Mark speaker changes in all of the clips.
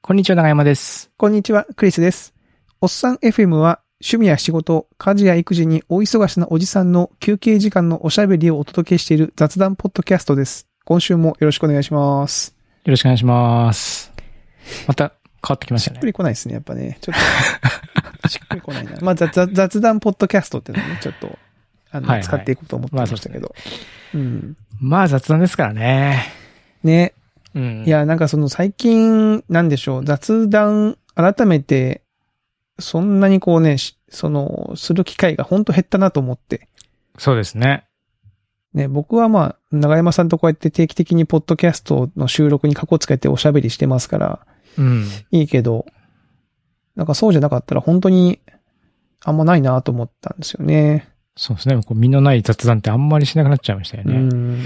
Speaker 1: こんにちは、長山です。
Speaker 2: こんにちは、クリスです。おっさん FM は趣味や仕事、家事や育児に大忙しなおじさんの休憩時間のおしゃべりをお届けしている雑談ポッドキャストです。今週もよろしくお願いします。
Speaker 1: よろしくお願いします。また、変わってきまし
Speaker 2: したっ
Speaker 1: ね
Speaker 2: く。りこないですね、やっぱね。ちょっと、しっくりこないな。まあ、雑雑雑談ポッドキャストっていうのをね、ちょっと、あの、
Speaker 1: はいはい
Speaker 2: 使っていこうと思ってましたけど。うん。
Speaker 1: まあ、雑談ですからね。
Speaker 2: ね。
Speaker 1: うん。
Speaker 2: い、や、なんかその最近、なんでしょう、雑談、改めて、そんなにこうね、しその、する機会がほんと減ったなと思って。
Speaker 1: そうですね。
Speaker 2: ね、僕はまあ、長山さんとこうやって定期的にポッドキャストの収録に過去つけておしゃべりしてますから、
Speaker 1: うん。
Speaker 2: いいけど、なんかそうじゃなかったら本当にあんまないなと思ったんですよね。
Speaker 1: そうですね。こう身のない雑談ってあんまりしなくなっちゃいましたよ
Speaker 2: う
Speaker 1: ね。
Speaker 2: ん。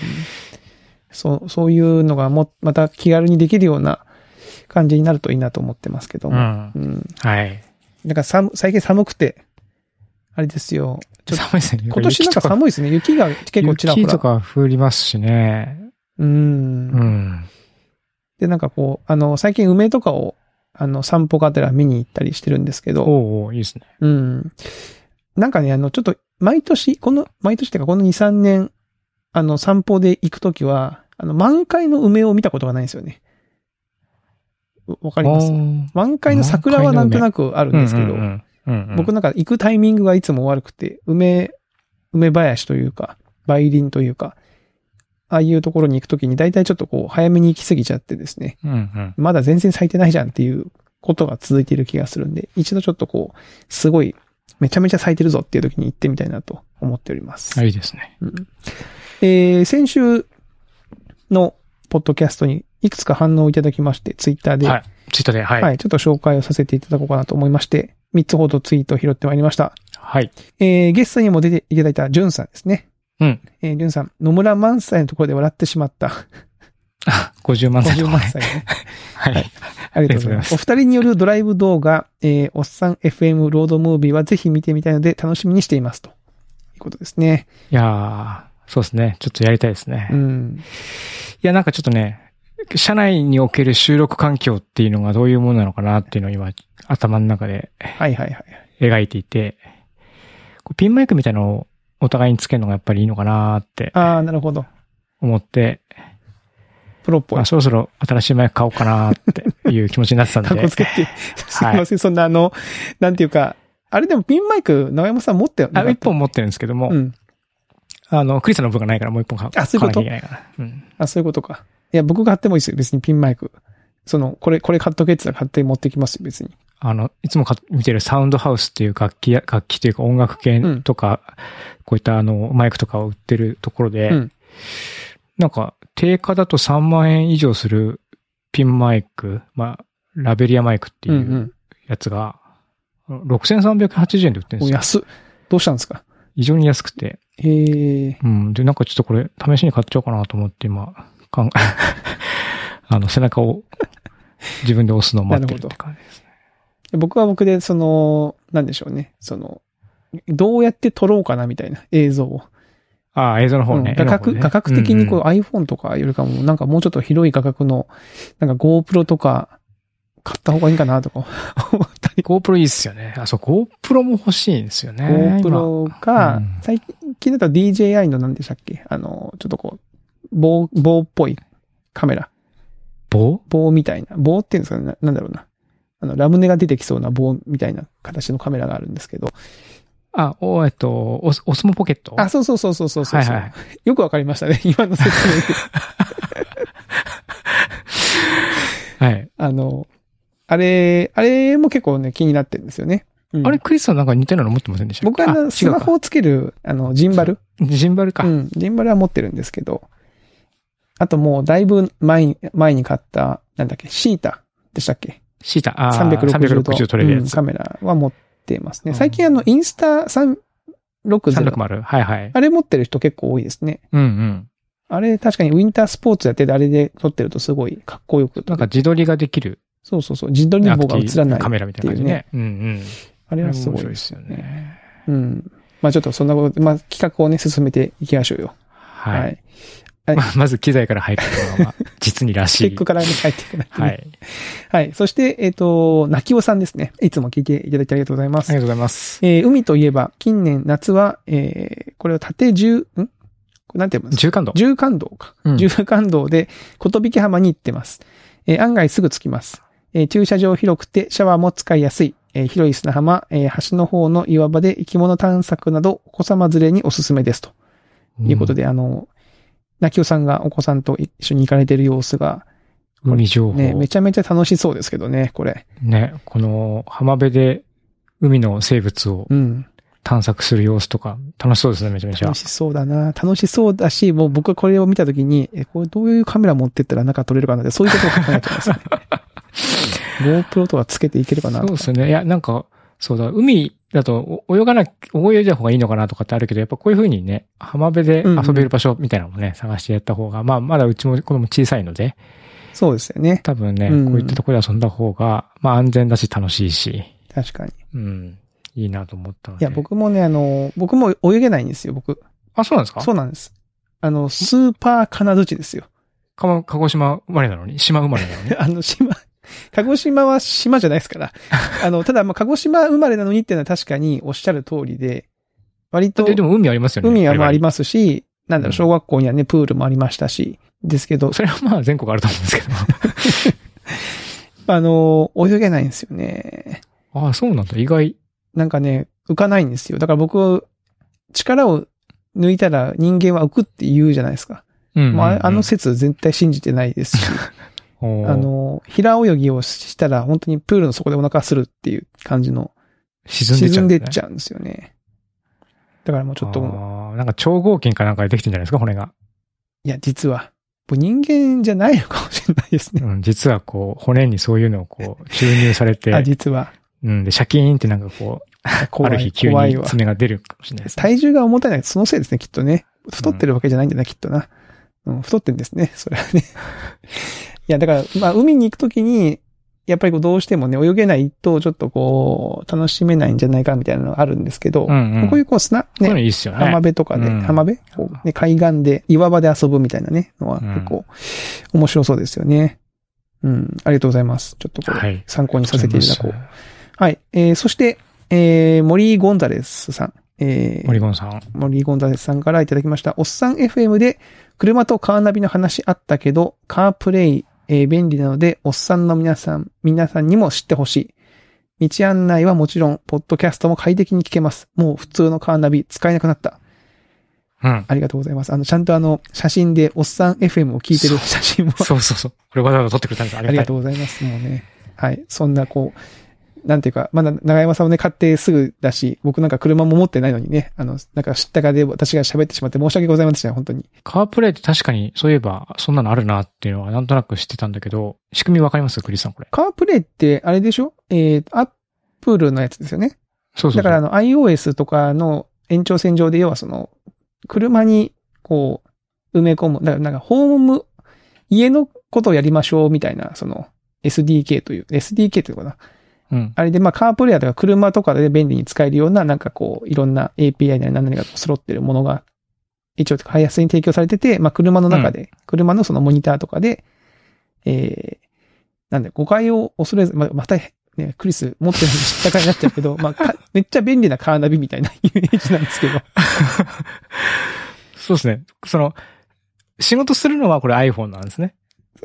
Speaker 2: そう、そういうのがも、また気軽にできるような感じになるといいなと思ってますけど
Speaker 1: うん。
Speaker 2: も。うん。
Speaker 1: はい。
Speaker 2: なんか寒、最近寒くて、あれですよ。ちょっと
Speaker 1: 寒いですね。
Speaker 2: 今年なんか寒いですね。雪が結構ちらほ
Speaker 1: 雪と
Speaker 2: ら。
Speaker 1: か降りますしね。
Speaker 2: うん
Speaker 1: うん。
Speaker 2: で、なんかこう、あの、最近梅とかを、あの、散歩がてら見に行ったりしてるんですけど、
Speaker 1: おうおういいですね。
Speaker 2: うん。なんかね、あの、ちょっと、毎年、この、毎年っていうか、この2、3年、あの、散歩で行くときは、あの、満開の梅を見たことがないんですよね。わわか
Speaker 1: あ
Speaker 2: ります満開の桜はなんとなくあるんですけど、
Speaker 1: うんうんうんうん
Speaker 2: 僕なんか行くタイミングがいつも悪くて、梅、梅林というか、梅林というか、ああいうところに行くときに大体ちょっとこう、早めに行き過ぎちゃってですね、
Speaker 1: うんうん。
Speaker 2: まだ全然咲いてないじゃんっていうことが続いている気がするんで、一度ちょっとこう、すごい、めちゃめちゃ咲いてるぞっていう時に行ってみたいなと思っております。
Speaker 1: あいいですね。
Speaker 2: うんえー先週のポッドキャストにいくつか反応をいただきまして、ツイッターで、
Speaker 1: は
Speaker 2: はい、
Speaker 1: い。ツイッターで、はい。
Speaker 2: ちょっと紹介をさせていただこうかなと思いまして、3つほどツイートを拾ってまいりました。
Speaker 1: はい。
Speaker 2: えーゲストにも出ていただいたジュンさんですね。
Speaker 1: うん。
Speaker 2: えー、ジュンさん、野村萬斎のところで笑ってし まった。
Speaker 1: 50万歳。
Speaker 2: 50万歳ね。
Speaker 1: はい。
Speaker 2: ありがとうございます。
Speaker 1: あ
Speaker 2: お二人によるドライブ動画、えー、おっさん FM ロードムービーはぜひ見てみたいので楽しみにしています。ということですね。
Speaker 1: いやー、そうですね。ちょっとやりたいですね。
Speaker 2: うん。
Speaker 1: いや、なんかちょっとね、社内における収録環境っていうのがどういうものなのかなっていうのを今、頭の中で
Speaker 2: はいはいはい。
Speaker 1: 描いていて、こうピンマイクみたいなのをお互いにつけるのがやっぱりいいのかなって
Speaker 2: ああ、なるほど。
Speaker 1: 思って、
Speaker 2: プロっぽ
Speaker 1: ま
Speaker 2: い
Speaker 1: あ、。そろそろ新しいマイク買おうかなっていう気持ちになって たんで。
Speaker 2: かっこつけて。すいません、そんなあの、なんていうか、あれでもピンマイク、長山さん持ってよ
Speaker 1: あ、一。本持ってるんですけども、
Speaker 2: うん。
Speaker 1: あの、クリスの分がないからもう一本買
Speaker 2: あそう
Speaker 1: 買
Speaker 2: いう
Speaker 1: わ
Speaker 2: こ
Speaker 1: なき
Speaker 2: と
Speaker 1: ゃいけないから。うん。
Speaker 2: あ、そういうことか。いや、僕が買ってもいいですよ。別にピンマイク。その、これ、これ買っとけって言ったら買って持ってきますよ、別に。
Speaker 1: あの、いつもか見てるサウンドハウスっていう楽器や、楽器というか音楽系とか、こういったあの、マイクとかを売ってるところで、
Speaker 2: うん
Speaker 1: なんか、定価だと3万円以上するピンマイク、まあ、ラベリアマイクって
Speaker 2: う
Speaker 1: い
Speaker 2: んう。
Speaker 1: うんやつが、6380円で売ってるん
Speaker 2: お
Speaker 1: ですよ。
Speaker 2: 安っ。どうしたんですか
Speaker 1: 非常に安くて。
Speaker 2: へえ。
Speaker 1: うん。で、なんかちょっとこれ、試しに買っちゃおうかなと思って今、かん あの、背中を自分で押すのを待ってるって感じですね。
Speaker 2: 僕は僕で、その、なんでしょうね。その、どうやって撮ろうかなみたいな映像を。
Speaker 1: ああ、映像の方
Speaker 2: う
Speaker 1: ね
Speaker 2: ん。画角、
Speaker 1: 絵の方ね
Speaker 2: 画角的にこう、
Speaker 1: んん
Speaker 2: iPhone とかよりかも、なんかもうちょっと広い画角の、なんか GoPro とか買った方がいいかなとか思ったり。
Speaker 1: GoPro いいっすよね。あ、そう、GoPro も欲しいんですよね。
Speaker 2: GoPro
Speaker 1: う
Speaker 2: か
Speaker 1: ん、
Speaker 2: 最近だと DJI の何でしたっけあの、ちょっとこう、棒、棒っぽいカメラ。
Speaker 1: 棒
Speaker 2: 棒みたいな。棒っていうんですかねななんだろうな。あの、ラムネが出てきそうな棒みたいな形のカメラがあるんですけど。
Speaker 1: あ、お、えっと、オスオスモポケット
Speaker 2: あ、そうそうそうそうそうそう。
Speaker 1: はいはい。
Speaker 2: よくわかりましたね。 今の説明で。
Speaker 1: はい。
Speaker 2: あの、あれ、あれも結構ね、気になってるんですよね。うん
Speaker 1: あれ、クリスさんなんか似たようなの持ってませんでしたっ
Speaker 2: 僕
Speaker 1: け
Speaker 2: はあ
Speaker 1: 違う
Speaker 2: の
Speaker 1: か
Speaker 2: スマホをつける、あの、ジンバル。
Speaker 1: ジンバルか。
Speaker 2: うん。ジンバルは持ってるんですけど、あともうだいぶ前に、前に買った、なんだっけ、シータでしたっけ
Speaker 1: シータ、あー
Speaker 2: ?360 度
Speaker 1: 360撮れるや
Speaker 2: うん
Speaker 1: つ。
Speaker 2: カメラは持ってます
Speaker 1: う
Speaker 2: ね。
Speaker 1: ん
Speaker 2: 最近あの、インスタ360。
Speaker 1: 360。はいはい。
Speaker 2: あれ持ってる人結構多いですね。
Speaker 1: うんうん。
Speaker 2: あれ確かにウィンタースポーツやっててあれで撮ってるとすごいかっこよく。
Speaker 1: なんか自撮りができる。
Speaker 2: そうそうそう。自撮りの方が映らない。
Speaker 1: カメラみたいな感じね。うんうん。
Speaker 2: あ
Speaker 1: あ
Speaker 2: れ
Speaker 1: れ
Speaker 2: は
Speaker 1: は
Speaker 2: す
Speaker 1: す
Speaker 2: ご
Speaker 1: ご
Speaker 2: い
Speaker 1: い
Speaker 2: で
Speaker 1: ですす
Speaker 2: よ
Speaker 1: よ
Speaker 2: ね。
Speaker 1: ね。
Speaker 2: うん。まあちょっとそんなことで、まあ企画をね、進めていきましょうよ。
Speaker 1: はい。
Speaker 2: はい
Speaker 1: まあまず機材から入るのが、まあ、実にらし
Speaker 2: チ
Speaker 1: い。
Speaker 2: ェックからね、入っていかないとね、
Speaker 1: はい。
Speaker 2: はい。そして、えっ、と、泣きおさんですね。いつも聞いていただいてありがとうございま
Speaker 1: ありが
Speaker 2: す
Speaker 1: と。うございます。
Speaker 2: えー海といえば、近年夏は、えーこれを縦十、んこれなんて言います
Speaker 1: 中間度。
Speaker 2: 縦貫道か。
Speaker 1: うん
Speaker 2: 縦貫道で、ことびき浜に行ってます。えー案外すぐ着きます。えー駐車場広くて、シャワーも使いやすい。えー広い砂浜、えー橋の方の岩場で生き物探索など、お子様連れにおすすめです。ということ
Speaker 1: で、
Speaker 2: で、あの、泣きおさんがお子さんと一緒に行かれてる様子が、
Speaker 1: 海情報。
Speaker 2: ね、め
Speaker 1: ね
Speaker 2: ちゃめちゃ楽しそうですけどね、これ。
Speaker 1: この浜辺で海の生物を
Speaker 2: うん。
Speaker 1: 探索する様子とか、楽しそうですね、めちゃめちゃ
Speaker 2: 楽。しそうだな。楽しそうだし、もう僕はこれを見たときに、え、これどういうカメラ持ってったら中撮れるかなって、そういうことを考えてますね。GoPro とかつけていけるかな
Speaker 1: そう
Speaker 2: と
Speaker 1: ですね。いや、なんか、そうだ、海だとお泳がな、泳いだ方がいいのかなとかってあるけど、やっぱこういう風にね、浜辺で遊べる場所みたいなのもね、探してやった方が、まあ、まだうちも子供小さいので、
Speaker 2: そうですよね。
Speaker 1: 多分ね、
Speaker 2: うん
Speaker 1: こういったところで遊んだ方が、まあ安全だし楽しいし、
Speaker 2: 確かに。い
Speaker 1: うん、いいなと思ったので。
Speaker 2: や、。僕もね、あの、僕も泳げないんですよ、僕。
Speaker 1: あ、そうなんですか
Speaker 2: そうなんです。あの、スーパー金槌ですよ。
Speaker 1: かま鹿児島生まれなのに島生まれなのに
Speaker 2: あの、島、鹿児島は島じゃないで すから。あの、ただ、まあ、鹿児島生まれなのにっていうのは確かにおっしゃる通りで、割と
Speaker 1: で、でも海ありますよね。
Speaker 2: 海はまああり
Speaker 1: ま
Speaker 2: ますし、なんだろう、小学校にはね、プールもありましたし、ですけど、
Speaker 1: それはまあ全国あると思うんですけど。
Speaker 2: あの、泳げないんですよね。
Speaker 1: ああ、そうなんだ。意外。
Speaker 2: なんかね、浮かないんですよ。だから僕、力を抜いたら人間は浮くって言うじゃないですか。
Speaker 1: うんうんうん
Speaker 2: まあ、あの説絶対信じてないですし、
Speaker 1: おー
Speaker 2: あの、平泳ぎをしたら本当にプールの底でお腹するっていう感じの、
Speaker 1: 沈んでっちゃう
Speaker 2: 沈
Speaker 1: んん
Speaker 2: で
Speaker 1: で
Speaker 2: っちゃうんですよね。だからもうちょっとも
Speaker 1: あーなんか超合金かなんかでできてんじゃないですか、骨 が。
Speaker 2: う、いや、実は、僕人間じゃないのかもしれないですね。
Speaker 1: うん、実はこう、骨にそういうのをこう、注入されて
Speaker 2: あ、、実は。
Speaker 1: うん、で、シャキーンってなんかこう、 あ
Speaker 2: 怖
Speaker 1: る
Speaker 2: い、
Speaker 1: 日急
Speaker 2: 怖い
Speaker 1: に
Speaker 2: わ。
Speaker 1: 爪が出るかもしれないですね。
Speaker 2: 体重が重たいのはそのせいですね、きっとね。太ってるわけじゃないんだな、きっとな。うん、太ってんですね、 それはね。いや、だから、まあ、海に行くときに、やっぱりこう、どうしてもね、泳げないと、ちょっとこう、楽しめないんじゃないか、みたいなのがあるんですけど、
Speaker 1: うんうん。
Speaker 2: こういううこう、砂、
Speaker 1: こういうの
Speaker 2: ね、
Speaker 1: いいっすよね。
Speaker 2: 浜辺とかで、
Speaker 1: うん
Speaker 2: 浜辺こう、ね、海岸で、岩場で遊ぶみたいなね、のは
Speaker 1: うん
Speaker 2: 結構、面白そうですよね。うん、ありがとうございます。ちょっとこ
Speaker 1: は
Speaker 2: れ
Speaker 1: い、
Speaker 2: 参考にさせていただ
Speaker 1: あ
Speaker 2: こう。
Speaker 1: りがとございま
Speaker 2: はい。えー、そして、えー、森ゴンザレスさん。え
Speaker 1: す
Speaker 2: ー
Speaker 1: 森ゴンさん。
Speaker 2: 森ゴンザレスさんからいただきました。おっさん FM で車とカーナビの話あったけど、カープレイ、えー便利なので、おっさんの皆さん、皆さんにも知ってほしい。道案内はもちろん、ポッドキャストも快適に聞けます。もう普通のカーナビ使えなくなった。
Speaker 1: うん。
Speaker 2: ありがとうございます。あの、ちゃんとあの、写真でおっさん FM を聞いて
Speaker 1: そ
Speaker 2: る
Speaker 1: う
Speaker 2: 写真も
Speaker 1: そうそうそう。これわざわざ撮ってくれたんですあり
Speaker 2: あり
Speaker 1: が
Speaker 2: が
Speaker 1: た
Speaker 2: と
Speaker 1: い。
Speaker 2: うございます。もうね。はい。そんな、こう、なんていうか、まだ長山さんをね、買ってすぐだし、僕なんか車も持ってないのにね、あの、なんか知ったかで私が喋ってしまって申し訳ございませんでした、本当に。
Speaker 1: カープレイって確かに、そういえば、そんなのあるなっていうのはなんとなく知ってたんだけど、仕組みわかりますクリスさん、これ。
Speaker 2: カープレイって、あれでしょえー、アップルのやつですよね。
Speaker 1: そうそうそう。
Speaker 2: だからあの、iOS とかの延長線上で、要はその、車に、こう、埋め込む。だからなんか、ホーム、家のことをやりましょう、みたいな、その、SDK という、SDK っていうのかな。
Speaker 1: うん。
Speaker 2: あれで、まあ、カープレイヤーとか車とかで便利に使えるような、なんかこう、いろんな API なり何なりが揃ってるものが、一応、開発に提供されてて、まあ、車の中で、車のそのモニターとかで、えー、なんで、誤解を恐れず、まあ、また、ね、クリス持ってるのに知ったかになっちゃう けど、まあか、めっちゃ便利なカーナビみたいな イメージなんですけど。
Speaker 1: そうですね。その、仕事するのはこれ iPhone なんですね。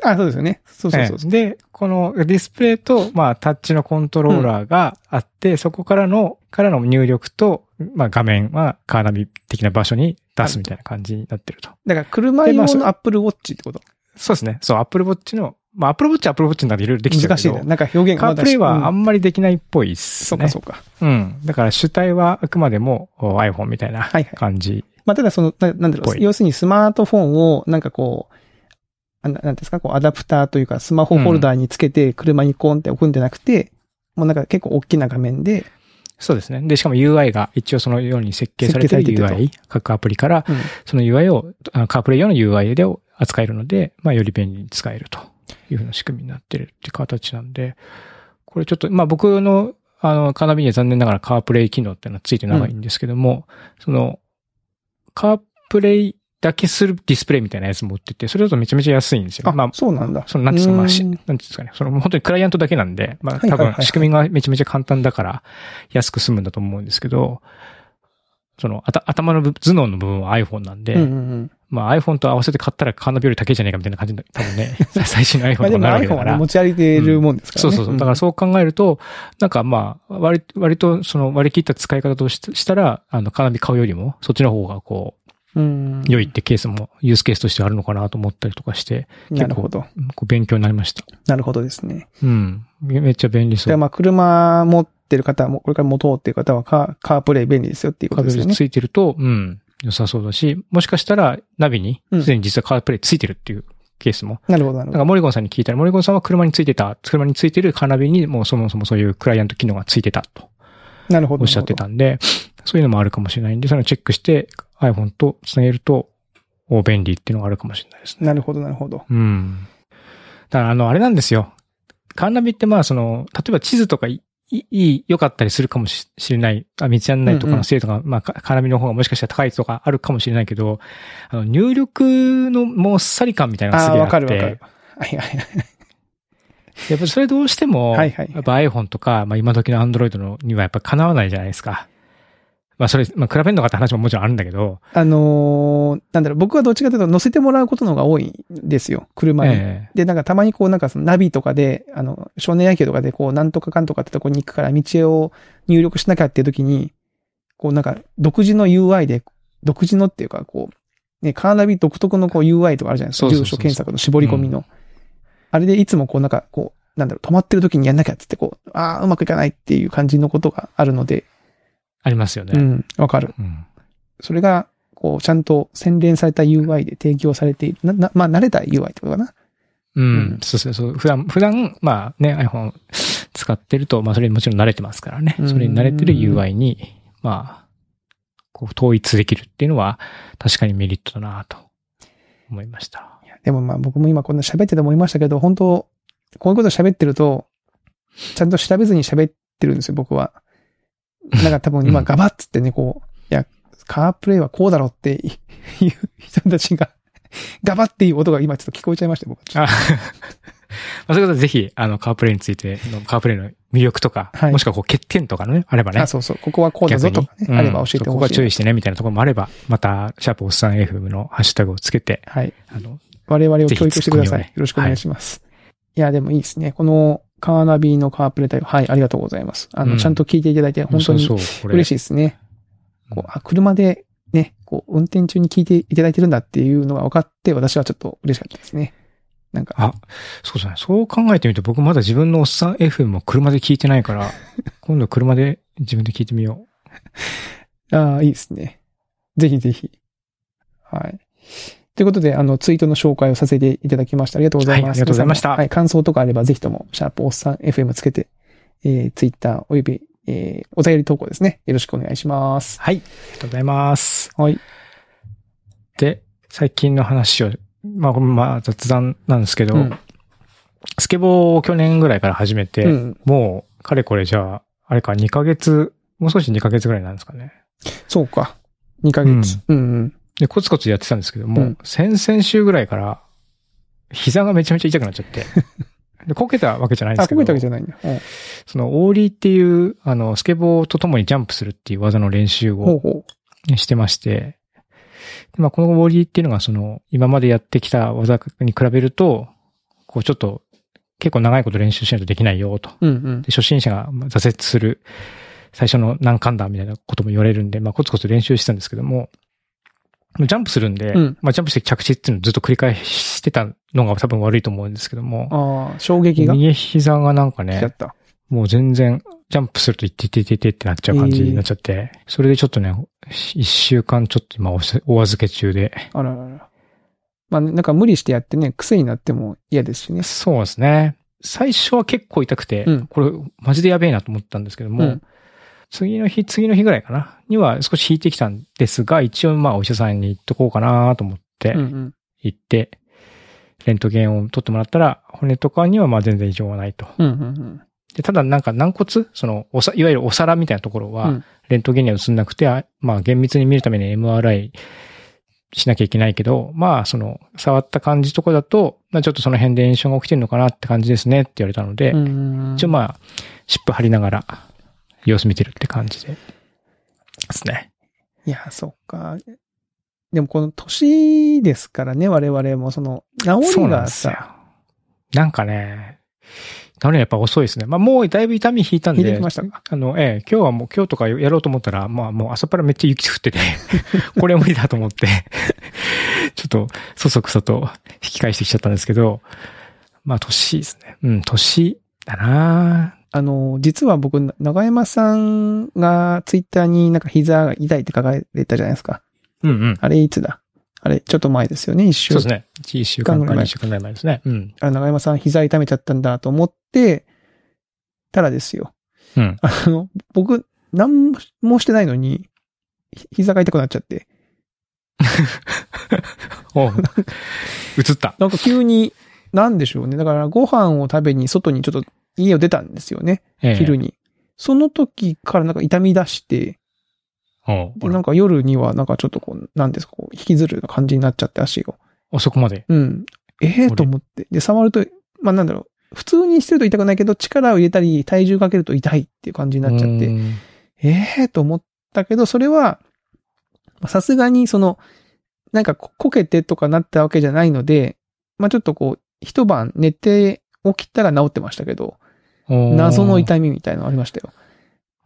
Speaker 2: あ、そうですよね。そうそうそう。
Speaker 1: ええで、このディスプレイと、まあ、タッチのコントローラーがあって、そこからの、からの入力と、まあ、画面はカーナビ的な場所に出すみたいな感じになってると。
Speaker 2: だから、車
Speaker 1: でま
Speaker 2: 用
Speaker 1: あそれ
Speaker 2: の Apple Watch ってこと。
Speaker 1: そうですね。そう、Apple Watch の、まあ、Apple Watch は Apple Watch なんでいろいろできちゃうけど。
Speaker 2: 難しいね。なんか表現が
Speaker 1: カ
Speaker 2: ま
Speaker 1: ープ
Speaker 2: だ
Speaker 1: レイはあ
Speaker 2: うん
Speaker 1: んまりできないっぽいっす
Speaker 2: そう
Speaker 1: ね。
Speaker 2: かそうか。
Speaker 1: うん。だから主体はあくまでもお iPhone みたいな
Speaker 2: はいはい
Speaker 1: 感じ。
Speaker 2: まあ、ただその、ななんだろ
Speaker 1: ぽ
Speaker 2: う、
Speaker 1: い
Speaker 2: 要するにスマートフォンを、なんかこう、あななんていうんですか、こう、アダプターというか、スマホホルダーにつけて、車にコンって置くんじゃなくて、もうなんか結構大きな画面で、
Speaker 1: そうですね。で、しかも UI が一応そのように設計されてる
Speaker 2: 設計されてて
Speaker 1: UI、各アプリから、
Speaker 2: うん
Speaker 1: その UI を、あのカープレイ用の UI で扱えるので、まあ、より便利に使えるというふうな仕組みになってるっていう形なんで、これちょっと、まあ、僕の、あの、カーナビには残念ながらカープレイ機能っていうのはついてないんですけども、その、カープレイだけするディスプレイみたいなやつ持ってて、それだとめちゃめちゃ安いんですよ。
Speaker 2: あ、
Speaker 1: まあ、
Speaker 2: そうなんだ。
Speaker 1: その、なんですか、まあ、し
Speaker 2: う
Speaker 1: なんんていうんですかね。その、本当にクライアントだけなんで、まあ、
Speaker 2: はいは
Speaker 1: 多
Speaker 2: いはい
Speaker 1: 分、仕組みがめちゃめちゃ簡単だから、安く済むんだと思うんですけど、その、あた頭の部頭脳の部分は iPhone なんで、
Speaker 2: うんうんうん。
Speaker 1: まあ、iPhone と合わせて買ったらカーナビより高いじゃねえかみたいな感じで、多分 ね、最新の iPhone
Speaker 2: まあ
Speaker 1: と
Speaker 2: で
Speaker 1: か
Speaker 2: も
Speaker 1: なるわけ
Speaker 2: iPhone
Speaker 1: だか
Speaker 2: は
Speaker 1: ら
Speaker 2: ね、持。ち歩いてるもんですから
Speaker 1: そ
Speaker 2: ね。
Speaker 1: うそうそう。だからそう考えると、なんかまあ、割、割とその割り切った使い方とししたら、あの、カーナビ買うよりも、そっちの方がこう、
Speaker 2: うん。
Speaker 1: 良いってケースも、ユースケースとしてはあるのかなと思ったりとかして、
Speaker 2: なるほど。
Speaker 1: うんこう勉強になりました。
Speaker 2: なるほどですね。
Speaker 1: うん。めめっちゃ便利
Speaker 2: だか
Speaker 1: そ
Speaker 2: ら
Speaker 1: う。
Speaker 2: まあ、車持ってる方も、これから持とうっていう方はカー、カープレイ便利ですよっていうこ
Speaker 1: カー
Speaker 2: と
Speaker 1: ナ
Speaker 2: ですよ
Speaker 1: ビ
Speaker 2: ね。
Speaker 1: ついてると、うん、良さそうだし、もしかしたらナビに
Speaker 2: う、ん
Speaker 1: すでに実はカープレイついてるっていうケースも
Speaker 2: なるほど、な
Speaker 1: な
Speaker 2: る
Speaker 1: ん
Speaker 2: ほ
Speaker 1: かモリゴンさんに聞いたら、モリゴンさんは車についてた、車についてるカーナビにもうそもそもそういうクライアント機能がついてたと
Speaker 2: ど。なるほど。
Speaker 1: おっしゃってたんで、そういうのもあるかもしれないんで、それをチェックして iPhone とつなげると、お便利っていうのがあるかもしれないですね。
Speaker 2: なるほど。なるほど、なるほ
Speaker 1: うん。だからあの、あれなんですよ。カーナビってまあその、例えば地図とかいいいい、良かったりするかもししれない、あ道案内とかの精度が、まあカカーナビの方がもしかしたら高いとかあるかもしれないけど、あの、入力のもうっさり感みたい
Speaker 2: ど。
Speaker 1: なのが
Speaker 2: あ
Speaker 1: す
Speaker 2: あ、
Speaker 1: げえあっ
Speaker 2: わ
Speaker 1: て。
Speaker 2: かるわかる。はいはいはい。
Speaker 1: やっぱりそれどうしても、
Speaker 2: はいはい
Speaker 1: やっぱ iPhone とか、まあ今時の Android のにはやっぱかなわないじゃないですか。まあそれ、まあ比べるのかって話ももちろんあるんだけど、
Speaker 2: あのーなんだろう、僕はどっちかというと乗せてもらうことの方が多いんですよ。車に。
Speaker 1: え
Speaker 2: で、なんかたまにこうなんかそのナビとかで、あの、少年野球とかでこうなんとかかんとかってとこに行くから道を入力しなきゃっていう時に、こうなんか独自の UI で、独自のっていうかこう、ね、カーナビ独特のこう UI とかあるじゃないです
Speaker 1: そ
Speaker 2: か。
Speaker 1: うそうそう
Speaker 2: 住
Speaker 1: そう
Speaker 2: 所検索の絞り込みの。あれでいつもこうなんかこう、なんだろう、止まってる時にやんなきゃっつってこう、ああ、うまくいかないっていう感じのことがあるので、
Speaker 1: ありますよ
Speaker 2: う
Speaker 1: ね。
Speaker 2: ん、わかる。
Speaker 1: うん
Speaker 2: それが、こう、ちゃんと洗練された UI で提供されている。な、な、まあ、慣れた UI ってことかな。
Speaker 1: うん。
Speaker 2: うん
Speaker 1: そうそうそう。普段、普段、まあね、iPhone 使ってると、まあそれにもちろん慣れてますからね。
Speaker 2: うん
Speaker 1: それに慣れてる UI に、まあ、こう統一できるっていうのは、確かにメリットだなと思いました。
Speaker 2: でもまあ、僕も今こんな喋ってて思いましたけど、本当こういうこと喋ってると、ちゃんと調べずに喋ってるんですよ、僕は。なんか多分今
Speaker 1: うん
Speaker 2: ガバッつってね、こう、いや、カープレイはこうだろうっていう人たちが、ガバッっていう音が今ちょっと聞こえちゃいました、僕。
Speaker 1: あ まあ、そういうことでぜひ、あの、カープレイについての、カープレイの魅力とか、
Speaker 2: はい
Speaker 1: もしくはこう欠点とかのね、あればね
Speaker 2: あ、。そうそう、ここはこうだぞとかね、
Speaker 1: 逆に
Speaker 2: あれば教えて
Speaker 1: うんここ
Speaker 2: ほ
Speaker 1: は
Speaker 2: しい。
Speaker 1: 注意してね、みたいなところもあれば、また、シャープおっさん FM のハッシュタグをつけて、
Speaker 2: はい。
Speaker 1: あの、
Speaker 2: 我々を教育してください。
Speaker 1: ぜひツッコミをね
Speaker 2: よろしくお願いします。い、や、でもいいですね。このカーナビのカープレイ対応、はい、ありがとうございます。あの、
Speaker 1: うん
Speaker 2: ちゃんと聞いていただいて、本当に
Speaker 1: そうそうこれ
Speaker 2: 嬉しいですね。こう、あ、車でね、こう、運転中に聞いていただいてるんだっていうのが分かって、私はちょっと嬉しかったですね。なんか、
Speaker 1: あ、そうじゃない。そう考えてみると、僕まだ自分のおっさん FM も車で聞いてないから、 今度車で自分で聞いてみよ
Speaker 2: ああ、いいですね。ぜひぜひ。はい。ということで、あの、ツイートの紹介をさせていただきました。ありがとうござい
Speaker 1: は
Speaker 2: ます。
Speaker 1: いありがとうございました
Speaker 2: 皆さんもはい、感想とかあれば、ぜひとも、シャープおっさん FM つけて、えー、ツイッターおよび、えー、お便り投稿ですね。よろしくお願いします
Speaker 1: う。。はい。ありがとうございます。
Speaker 2: はい。
Speaker 1: で、最近の話を、まあ、これまあ雑談なんですけど、
Speaker 2: うん。
Speaker 1: スケボーを去年ぐらいから始めて、
Speaker 2: うん
Speaker 1: もう、かれこれじゃあ、あれか、2ヶ月、もう少し2ヶ月ぐらいなんですかね。
Speaker 2: そうか。2ヶ月。うん、うん、
Speaker 1: で、コツコツやってたんですけども、
Speaker 2: うん
Speaker 1: 先々週ぐらいから、膝がめちゃめちゃ痛くなっちゃ って。で、こけたわけじゃないんで
Speaker 2: あ、
Speaker 1: すけ
Speaker 2: こ
Speaker 1: ど。
Speaker 2: こいたわけじゃないんだ。うん
Speaker 1: その、オーリーっていう、あの、スケボーと共にジャンプするっていう技の練習
Speaker 2: ほう
Speaker 1: を
Speaker 2: ほ
Speaker 1: してまして、でまあ、このオーリーっていうのが、その、今までやってきた技に比べると、こう、ちょっと、結構長いこと練習しないとできないよ、と。
Speaker 2: う。うん、うん。
Speaker 1: で、初心者がまあ挫折する、最初の難関だ、みたいなことも言われるんで、まあ、コツコツ練習してたんですけども、ジャンプするんで、
Speaker 2: うん
Speaker 1: まあ、ジャンプして着地っていうのをずっと繰り返してたのが多分悪いと思うんですけども、
Speaker 2: ああ、衝撃が来
Speaker 1: 右膝がなんかね、
Speaker 2: ちゃった。
Speaker 1: もう全然、ジャンプすると、いっていていていてってなっちゃう感じになっちゃって、それでちょっとね、一週間ちょっと今おせ、お預け中で。
Speaker 2: あららら。まあ、なんか無理してやってね、癖になっても嫌ですしね。
Speaker 1: そうですね。最初は結構痛くて、
Speaker 2: うん
Speaker 1: これ、マジでやべえなと思ったんですけども、
Speaker 2: うん
Speaker 1: 次の日、次の日ぐらいかな、には少し引いてきたんですが、一応まあお医者さんに行っとこうかなと思って
Speaker 2: うん、う、ん。
Speaker 1: 行って、レントゲンを取ってもらったら、骨とかにはまあ全然異常はないと。
Speaker 2: うん、うん、うん。
Speaker 1: で、ただなんか軟骨その、おさ、いわゆるお皿みたいなところ
Speaker 2: う
Speaker 1: は
Speaker 2: ん、
Speaker 1: レントゲンには映んなくて、あまあ厳密に見るために MRI しなきゃいけないけど、まあ、その、触った感じとかだと、まあ、ちょっとその辺で炎症が起きてるのかなって感じですねって言われたので、
Speaker 2: うん
Speaker 1: 一応まあ、湿布貼りながら、様子見てるって感じで、ですね。
Speaker 2: いや、そうか。でもこの年ですからね、我々もその、治
Speaker 1: そうな
Speaker 2: り
Speaker 1: ん
Speaker 2: が
Speaker 1: ですよ
Speaker 2: さ、。
Speaker 1: なんかね、治るのやっぱ遅いですね。まあ、もうだいぶ痛み引いたん
Speaker 2: 引いて
Speaker 1: で
Speaker 2: きま、したか。
Speaker 1: あの、ええ、今日はもう今日とかやろうと思ったら、まあもう朝っぱらめっちゃ雪降って て、これは無理だと思って、 ちょっと、そそくさと引き返してきちゃったんですけど、まあ年ですね。うん、年だなぁ
Speaker 2: あの、実は僕、長山さんがツイッターになんか膝が痛いって書かれたじゃないですか。
Speaker 1: うんうん。
Speaker 2: あれいつだあれ、ちょっと前ですよね、一
Speaker 1: そうです。
Speaker 2: 瞬
Speaker 1: ね。1週間から2週間ぐらい前ですね。うん。
Speaker 2: あ長山さん膝痛めちゃったんだと思って、たらですよ。
Speaker 1: うん。
Speaker 2: あの、僕、何もしてないのに、ひ膝が痛くなっちゃって。
Speaker 1: おう映った。
Speaker 2: なんか急に、なんでしょうね。だからご飯を食べに外にちょっと家を出たんですよね。
Speaker 1: ええ
Speaker 2: 昼に。その時からなんか痛み出して、
Speaker 1: おう
Speaker 2: でなんか夜にはなんかちょっとこう、なんですか、こう、引きずるような感じになっちゃって足を。
Speaker 1: 遅くまで。
Speaker 2: うん。ええと思って。で、触ると、まあなんだろう。普通にしてると痛くないけど、力を入れたり、体重かけると痛いっていう感じになっちゃって。
Speaker 1: うん
Speaker 2: ええと思ったけど、それは、まあさすがにその、なんかここけてとかなったわけじゃないので、まあちょっとこう、一晩寝て起きたら治ってましたけど、
Speaker 1: おう
Speaker 2: 謎の痛みみたいなのありましたよ。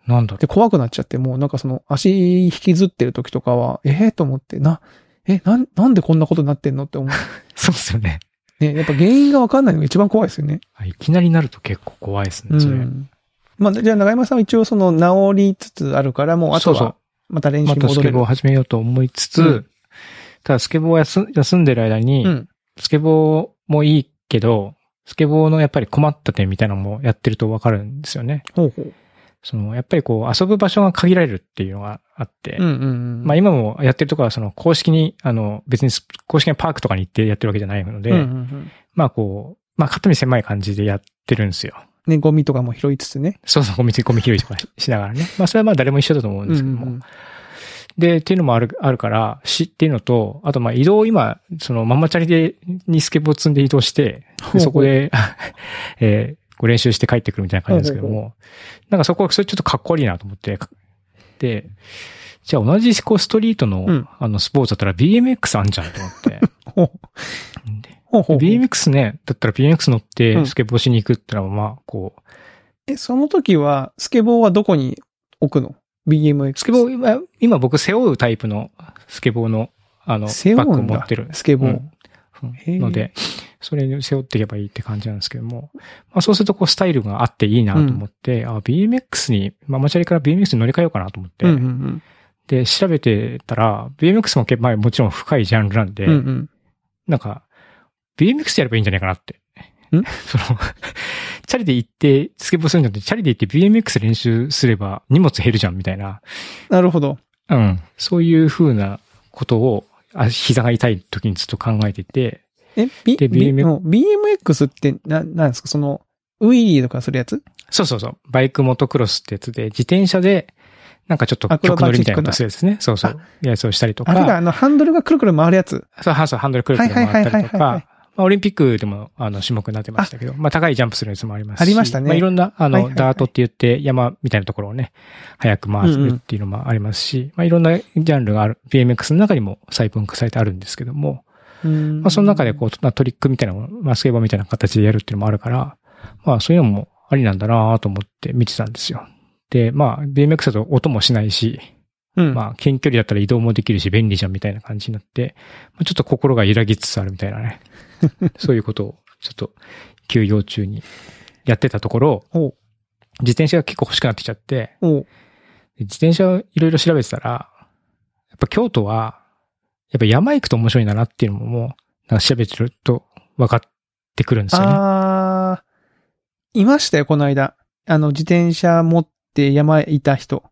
Speaker 1: なんだろ
Speaker 2: で、怖くなっちゃって、もうなんかその足引きずってる時とかは、ええと思って、な、え、なん、なんでこんなことになってんのって 思う。
Speaker 1: う。そうですよね。
Speaker 2: ね、やっぱ原因がわかんないのが一番怖いですよね。
Speaker 1: あいきなりなると結構怖いです
Speaker 2: う
Speaker 1: ね、それ。
Speaker 2: ん。まあ、じゃあ長山さんは一応その治りつつあるから、もうあと
Speaker 1: そうそう
Speaker 2: は、また練習
Speaker 1: ま
Speaker 2: に
Speaker 1: たス
Speaker 2: 戻
Speaker 1: ケ
Speaker 2: れ
Speaker 1: ボー
Speaker 2: る。
Speaker 1: を始めようと思いつつ、
Speaker 2: うん
Speaker 1: ただスケボーを休休んでる間に、
Speaker 2: うん。
Speaker 1: スケボーもいいけど、スケボーのやっぱり困った点みたいなのもやってるとわかるんですよね。
Speaker 2: ほうほう。
Speaker 1: その、やっぱりこう遊ぶ場所が限られるっていうのがあって、
Speaker 2: うんうんうん。
Speaker 1: まあ今もやってるとこはその公式に、あの別にス公式なパークとかに行ってやってるわけじゃないので、
Speaker 2: うんうんうん
Speaker 1: まあこう、まあ肩身狭い感じでやってるんですよ。
Speaker 2: ね、ゴミとかも拾いつつね。
Speaker 1: そうそう、ゴミゴミ拾いとかしながらね。まあそれはまあ誰も一緒だと思うんですけども。
Speaker 2: うんうん
Speaker 1: で、っていうのもある、あるから、死っていうのと、あとまあ移動を今、そのママチャリで、にスケボー積んで移動して、
Speaker 2: ほうほ
Speaker 1: で
Speaker 2: う
Speaker 1: そこで、 えーこう練習して帰ってくるみたいな感じですけど
Speaker 2: ほう
Speaker 1: も、なんかそこはそれちょっとかっこ悪いなと思って、で、じゃあ同じこうストリートの、
Speaker 2: うん
Speaker 1: あのスポーツだったら BMX あんじゃんと思 って。
Speaker 2: ほう
Speaker 1: で
Speaker 2: ほうほう。
Speaker 1: BMX ね、だったら BMX 乗っ
Speaker 2: う
Speaker 1: て
Speaker 2: ん
Speaker 1: スケボーしに行くってのはまあ、こう、
Speaker 2: え、その時は、スケボーはどこに置くの ?BMX。
Speaker 1: スケボー、今、今僕背負うタイプのスケボーの、あの、バ
Speaker 2: 背負
Speaker 1: ッ
Speaker 2: うんだ
Speaker 1: グを持ってる。
Speaker 2: スケボー
Speaker 1: うんうん
Speaker 2: へー
Speaker 1: ので、それに背負っていけばいいって感じなんですけども、まあそうするとこうスタイルがあっていいなと思って、あ、BMX に、まあマチャリから BMX に乗り換えようかなと思って、
Speaker 2: うんうん
Speaker 1: で、調べてたら、BMX も結構、まあもちろん深いジャンルなんで、
Speaker 2: うん。うんうん。
Speaker 1: なんか、BMX やればいいんじゃないかなって。
Speaker 2: ん
Speaker 1: その、チャリで行って、スケボーするんじゃなくて、チャリで行って BMX 練習すれば荷物減るじゃんみたいな。
Speaker 2: なるほど。
Speaker 1: うん。そういうふうなことを、あ膝が痛い時にずっと考えてて、
Speaker 2: え、B、
Speaker 1: で
Speaker 2: B-
Speaker 1: BM-
Speaker 2: うん BMX って、な、なんですかその、ウィリーとかするやつ
Speaker 1: そうそうそう、バイクモトクロスってやつで、自転車で、なんかちょっと
Speaker 2: アクロ
Speaker 1: 曲
Speaker 2: バ
Speaker 1: 乗り
Speaker 2: チッ
Speaker 1: み
Speaker 2: ク
Speaker 1: た
Speaker 2: な
Speaker 1: なこ
Speaker 2: い
Speaker 1: とするやつね。そうそう。やつをしたりと
Speaker 2: あれが、
Speaker 1: か、
Speaker 2: あの、ハンドルがくるくる回るやつ。
Speaker 1: そうハンそうハンドルクルクル
Speaker 2: はい
Speaker 1: 回
Speaker 2: はいはい
Speaker 1: った
Speaker 2: はい
Speaker 1: りと
Speaker 2: はいはい
Speaker 1: か、まあオリンピックでも、あの、種目になってましたけど、まあ、高いジャンプするやつもありますし。
Speaker 2: ありましたね
Speaker 1: あ、いろんな、あの、
Speaker 2: はいはいはい
Speaker 1: ダートって言って、山みたいなところをね、早く回るっていうのもありますし、まあ、いろんなジャンルがある、BMX の中にも細分化されてあるんですけども、
Speaker 2: うん
Speaker 1: まあ、その中でこう、まあトリックみたいなもの、まあ、スケボーみたいな形でやるっていうのもあるから、まあ、そういうのもありなんだなと思って見てたんですよ。で、まあ、BMX だと音もしないし、
Speaker 2: う、うん。
Speaker 1: まあ、近距離だったら移動もできるし便利じゃんみたいな感じになって、まあ、ちょっと心が揺らぎつつあるみたいな ね。そういうことを、ちょっと、休養中にやってたところ、
Speaker 2: おう
Speaker 1: 自転車が結構欲しくなってきちゃって、
Speaker 2: おう
Speaker 1: で自転車をいろいろ調べてたら、やっぱ京都は、やっぱ山行くと面白いんだなっていうのももう、なんか調べてると分かってくるんですよね。
Speaker 2: あー、いましたよ、この間。あの、自転車持って山へいた人。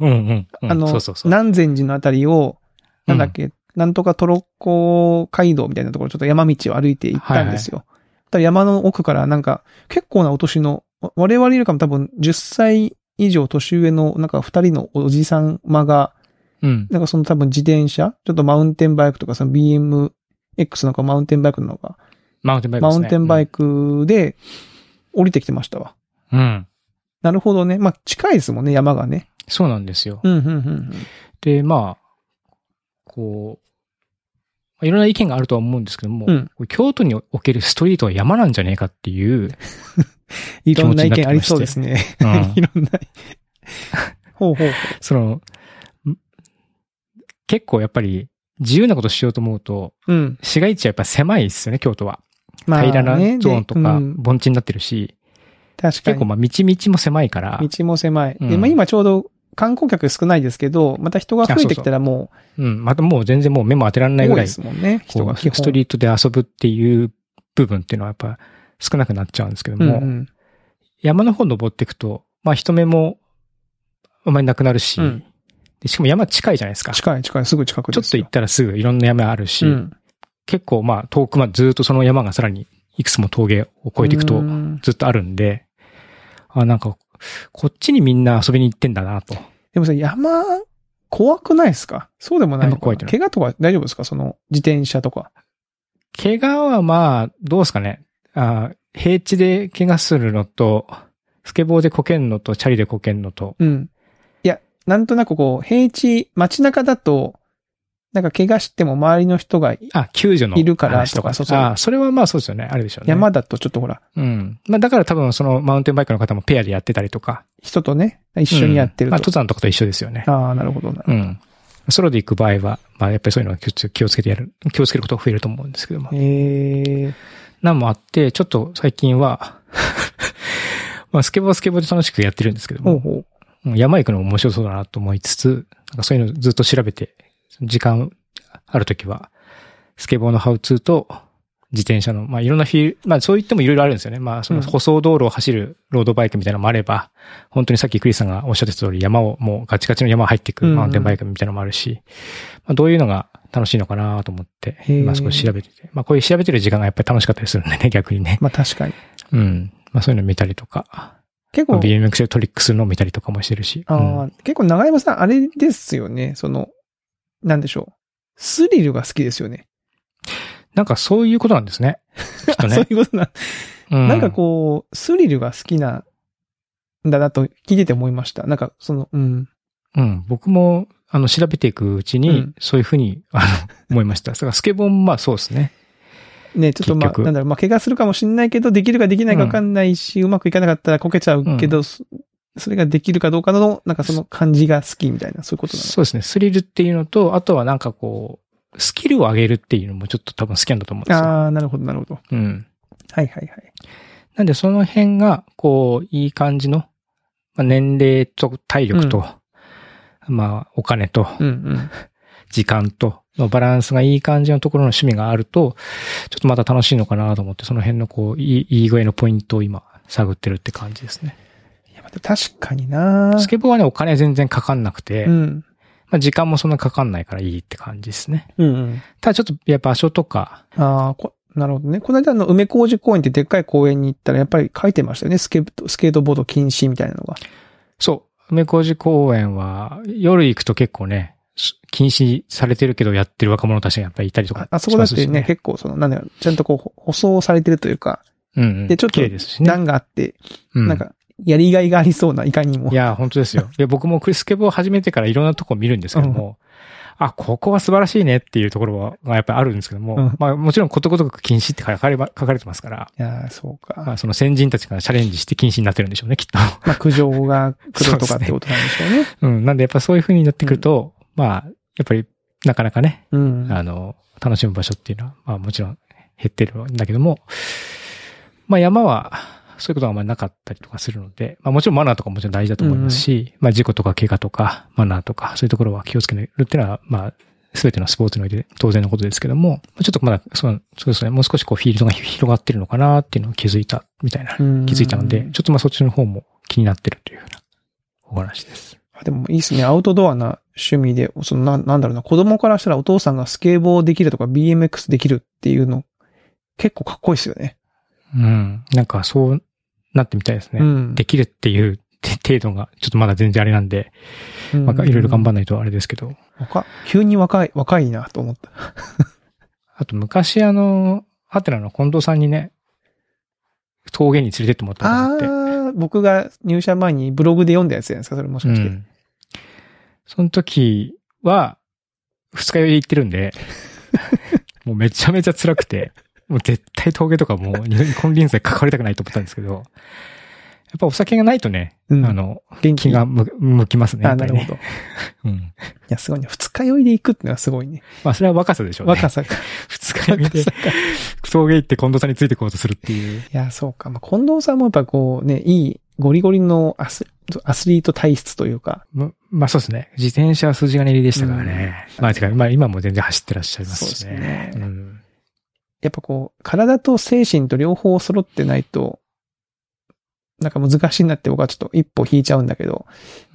Speaker 1: うんうん、うん。
Speaker 2: あの、
Speaker 1: そうそうそう。
Speaker 2: 南禅寺のあたりを、なんだっけ、なんとかトロッコ街道みたいなところ、ちょっと山道を歩いて行ったんですよ。ただ山の奥からなんか、結構なお年の、わ我々よりかも多分10歳以上年上の、なんか2人のおじさんまが、
Speaker 1: うん。
Speaker 2: なんかその多分自転車、ちょっとマウンテンバイクとか、その BMX なのかマウンテンバイクなのか、
Speaker 1: マウンテンバイク
Speaker 2: マ
Speaker 1: です
Speaker 2: ウ
Speaker 1: ね。
Speaker 2: ンテンバイクで降りてきてましたわ。
Speaker 1: うん。うん。
Speaker 2: なるほどね。まあ近いですもんね、山がね。
Speaker 1: そうなんですよ。
Speaker 2: うん、うん、うん。
Speaker 1: で、まあ、こう、まあいろんな意見があるとは思うんですけども、
Speaker 2: うん
Speaker 1: これ京都におけるストリートは山なんじゃねえかっていう、
Speaker 2: いろんな意見ありそうですね。
Speaker 1: うん
Speaker 2: いろんな。ほうほうほう。
Speaker 1: その、ん結構やっぱり自由なことしようと思うと、
Speaker 2: うん。
Speaker 1: 市街地はやっぱ狭いですよね、京都は。
Speaker 2: まあ、ね、
Speaker 1: 平らなゾーンと
Speaker 2: で
Speaker 1: か
Speaker 2: うん
Speaker 1: 盆地になってるし、
Speaker 2: 確か
Speaker 1: 結構
Speaker 2: に。
Speaker 1: まあ道々も狭いから、
Speaker 2: 道も狭い。
Speaker 1: う
Speaker 2: で、
Speaker 1: ん
Speaker 2: まあ今ちょうど観光客少ないですけど、また人が増えてきたらも
Speaker 1: うん、またもう全然もう目も当てられ
Speaker 2: う
Speaker 1: ない
Speaker 2: 多
Speaker 1: ぐ
Speaker 2: い
Speaker 1: らい、
Speaker 2: ですもんね、人
Speaker 1: こ
Speaker 2: が
Speaker 1: う
Speaker 2: 基本。
Speaker 1: ストリートで遊ぶっていう部分っていうのはやっぱ少なくなっちゃうんですけど
Speaker 2: うん
Speaker 1: も、
Speaker 2: うん
Speaker 1: 山の方登っていくと、まあ人目もあんまりなくなるし、
Speaker 2: うん
Speaker 1: でしかも山近いじゃないですか。ちょ
Speaker 2: 近い近い、すぐ近くで
Speaker 1: っ
Speaker 2: す
Speaker 1: と
Speaker 2: よ。
Speaker 1: 行ったらすぐいろんな山あるし、
Speaker 2: うん
Speaker 1: 結構まあ遠くまでずっとその山がさらにいくつも峠を越えていく
Speaker 2: う
Speaker 1: と
Speaker 2: ん
Speaker 1: ずっとあるんで、あ、なんかこっちにみんな遊びに行ってんだなと。
Speaker 2: でもさ、山、怖くないですかそうでもないのか
Speaker 1: 山怖いってのは
Speaker 2: 怪我とか大丈夫ですかその、自転車とか。
Speaker 1: 怪我はまあ、どうですかね。あ平地で怪我するのと、スケボーでこけんのと、チャリでこけんのと。
Speaker 2: うん。いや、なんとなくこう、平地、街中だと、なんか怪我しても周りの人が、
Speaker 1: あ、救助の
Speaker 2: いるから
Speaker 1: 話
Speaker 2: とかそうそう
Speaker 1: あ、それはまあそうですよね。あれでしょうね。
Speaker 2: 山だとちょっとほら、
Speaker 1: うん。まあだから多分そのマウンテンバイクの方もペアでやってたりとか。
Speaker 2: 人とね、一緒にやって
Speaker 1: うん
Speaker 2: る
Speaker 1: まあ
Speaker 2: と。
Speaker 1: 登山とかと一緒ですよね。
Speaker 2: ああ、なるほどな。
Speaker 1: うん。ソロで行く場合は、まあやっぱりそういうのは気を気をつけてやる、気をつけることが増えると思うんですけども。
Speaker 2: ええ
Speaker 1: なんもあって、ちょっと最近は、 まあスケボーはスケボーで楽しくやってるんですけど
Speaker 2: ほう
Speaker 1: も、
Speaker 2: ほう。
Speaker 1: うん山行くのも面白そうだなと思いつつ、なんかそういうのずっと調べて、時間あるときは、スケボーのハウツーと、自転車の、まあいろんなフィールまあそう言ってもいろいろあるんですよね。まあその
Speaker 2: うん
Speaker 1: 舗装道路を走るロードバイクみたいなのもあれば、本当にさっきクリスさんがおっしゃってた通り山を、もうガチガチの山入っていく
Speaker 2: うんうん
Speaker 1: マウンテンバイクみたいなのもあるし、まあどういうのが楽しいのかなと思って、
Speaker 2: へー
Speaker 1: 今少し調べてて、まあこういう調べてる時間がやっぱり楽しかったりするんでね、 逆にね。
Speaker 2: まあ確かに。
Speaker 1: うん。まあそういうの見たりとか、
Speaker 2: 結
Speaker 1: まあ
Speaker 2: 構、
Speaker 1: BMX でトリックするのを見たりとかもしてるし。
Speaker 2: あ
Speaker 1: うん
Speaker 2: あ結構長山さん、あれですよね。その、なんでしょう。スリルが好きですよね。
Speaker 1: なんかそういうことなんですね。きっと
Speaker 2: そう
Speaker 1: ね。
Speaker 2: いうことな、
Speaker 1: うん
Speaker 2: なんかこう、スリルが好きなんだなと聞いてて思いました。なんか、その、うん。
Speaker 1: うん、僕も、あの、調べていくうちに、
Speaker 2: うん
Speaker 1: そういうふうに、あの、思いました。だからスケボーも、まあそうですね。
Speaker 2: ね、ちょっとま
Speaker 1: 結
Speaker 2: あ、
Speaker 1: 局
Speaker 2: なんだろう、まあ、怪我するかもしんないけど、できるかできないかわかんないし、うまくいかなかったらこけちゃうけど、そそれができるかどうかの、なんかその感じが好きみたいな、そういうことなの。
Speaker 1: そうですね。スリルっていうのと、あとはなんかこう、スキルを上げるっていうのもちょっと多分好きなんだと思うんですよ。
Speaker 2: ああー、なるほど、なるほど。
Speaker 1: うん。
Speaker 2: はいはいはい。
Speaker 1: なんでその辺が、こう、いい感じの、まあ、年齢と体力と、まあ、お金と、
Speaker 2: うんうん。
Speaker 1: 時間と、のバランスがいい感じのところの趣味があると、ちょっとまた楽しいのかなと思って、その辺のこう、いい、いい具合のポイントを今、探ってるって感じですね。
Speaker 2: いや、また確かにな
Speaker 1: スケボーはね、お金全然かかんなくて、
Speaker 2: うん。
Speaker 1: まあ時間もそんなかかんないからいいって感じですね。
Speaker 2: うんうん。
Speaker 1: ただちょっと、やっぱ場所とか、
Speaker 2: ああ、こ、なるほどね。この間あの梅小路公園ってでっかい公園に行ったら、やっぱり書いてましたよね。スケート、スケートボード禁止みたいなのが。
Speaker 1: そう、梅小路公園は、夜行くと結構ね、す禁止されてるけどやってる若者たちがやっぱりいたりとか
Speaker 2: ああそこだっ
Speaker 1: します
Speaker 2: て
Speaker 1: し
Speaker 2: ね、。結構その、なんだろう、ちゃんとこう、舗装されてるというか、
Speaker 1: うん、うん。
Speaker 2: でちょっと
Speaker 1: 綺麗ですしね。
Speaker 2: 段があって、
Speaker 1: うん
Speaker 2: なんか、やりがいがありそうな、いかにも。
Speaker 1: いや、本当ですよ。で、僕もクリスケボーを始めてからいろんなとこ見るんですけども、あ、ここは素晴らしいねっていうところはまあやっぱりあるんですけども、
Speaker 2: うん
Speaker 1: まあもちろんことごとく禁止って書かれば書かれてますから、
Speaker 2: いやーそう
Speaker 1: ま
Speaker 2: か。
Speaker 1: あその先人たちがチャレンジして禁止になってるんでしょうね、きっと。
Speaker 2: まあ、苦情が来るとかってことなんでしょ うね。
Speaker 1: うん。なんでやっぱそういう風になってくると、まあ、やっぱりなかなかね、
Speaker 2: うん。
Speaker 1: あの、楽しむ場所っていうのは、まあもちろん減ってるんだけども、まあ山は、そういうことがあんまりなかったりとかするので、まあもちろんマナーとかもちろん大事だと思いますし、まあ事故とか怪我とかマナーとかそういうところは気をつけるっていうのは、まあ全てのスポーツにおいて当然のことですけども、ちょっとまだ、そうそうですね、もう少しこうフィールドが広がってるのかなっていうのを気づいたみたいな、
Speaker 2: うん
Speaker 1: 気づいたので、ちょっとまあそっちの方も気になってるというようなお話です。
Speaker 2: でもいいですね。アウトドアな趣味で、そのな、なんだろうな、子供からしたらお父さんがスケボーできるとか BMX できるっていうの、結構かっこいいですよね。
Speaker 1: うん。なんかそうなってみたいですね。
Speaker 2: うん。
Speaker 1: できるっていう て程度が、ちょっとまだ全然あれなんで、まあ、いろいろ頑張
Speaker 2: っ
Speaker 1: んないとあれですけど。
Speaker 2: 若、急に若い、若いなと思った。
Speaker 1: あと、昔あの、ハテナの近藤さんにね、峠に連れてってもらった
Speaker 2: あ
Speaker 1: ことがあっ。
Speaker 2: ー、僕が入社前にブログで読んだやつじゃないですか、それもしてか
Speaker 1: う
Speaker 2: して。
Speaker 1: ん。その時は、二日酔いで行ってるん で、もうめちゃめちゃ辛くて、もう絶対峠とかもう二度に金輪際関わりたくないと思ったんですけど、やっぱお酒がないとね、
Speaker 2: うん
Speaker 1: あの、
Speaker 2: 元
Speaker 1: 気が向向きますね、や
Speaker 2: あ、
Speaker 1: っぱ
Speaker 2: な
Speaker 1: り
Speaker 2: る
Speaker 1: ね。
Speaker 2: ほど。い
Speaker 1: うん。
Speaker 2: や、すごいね。二日酔いで行くってのはすごいね。
Speaker 1: まあ、それは若さでしょうね。
Speaker 2: 若さか。
Speaker 1: 二日
Speaker 2: 若
Speaker 1: 酔いで
Speaker 2: さ、か。
Speaker 1: 峠行って近藤さんについてこうとするっていう。
Speaker 2: いや、そうか。まあ、近藤さんもやっぱこうね、いい、ゴリゴリのアスアスリート体質というか、
Speaker 1: ま、まあそうですね。自転車は数字が練りでしたからね。まあ、てか、まあ今も全然走ってらっしゃいますしね。
Speaker 2: そうですね
Speaker 1: ん
Speaker 2: やっぱこう、体と精神と両方揃ってないと、なんか難しいなって僕はちょっと一歩引いちゃうんだけど、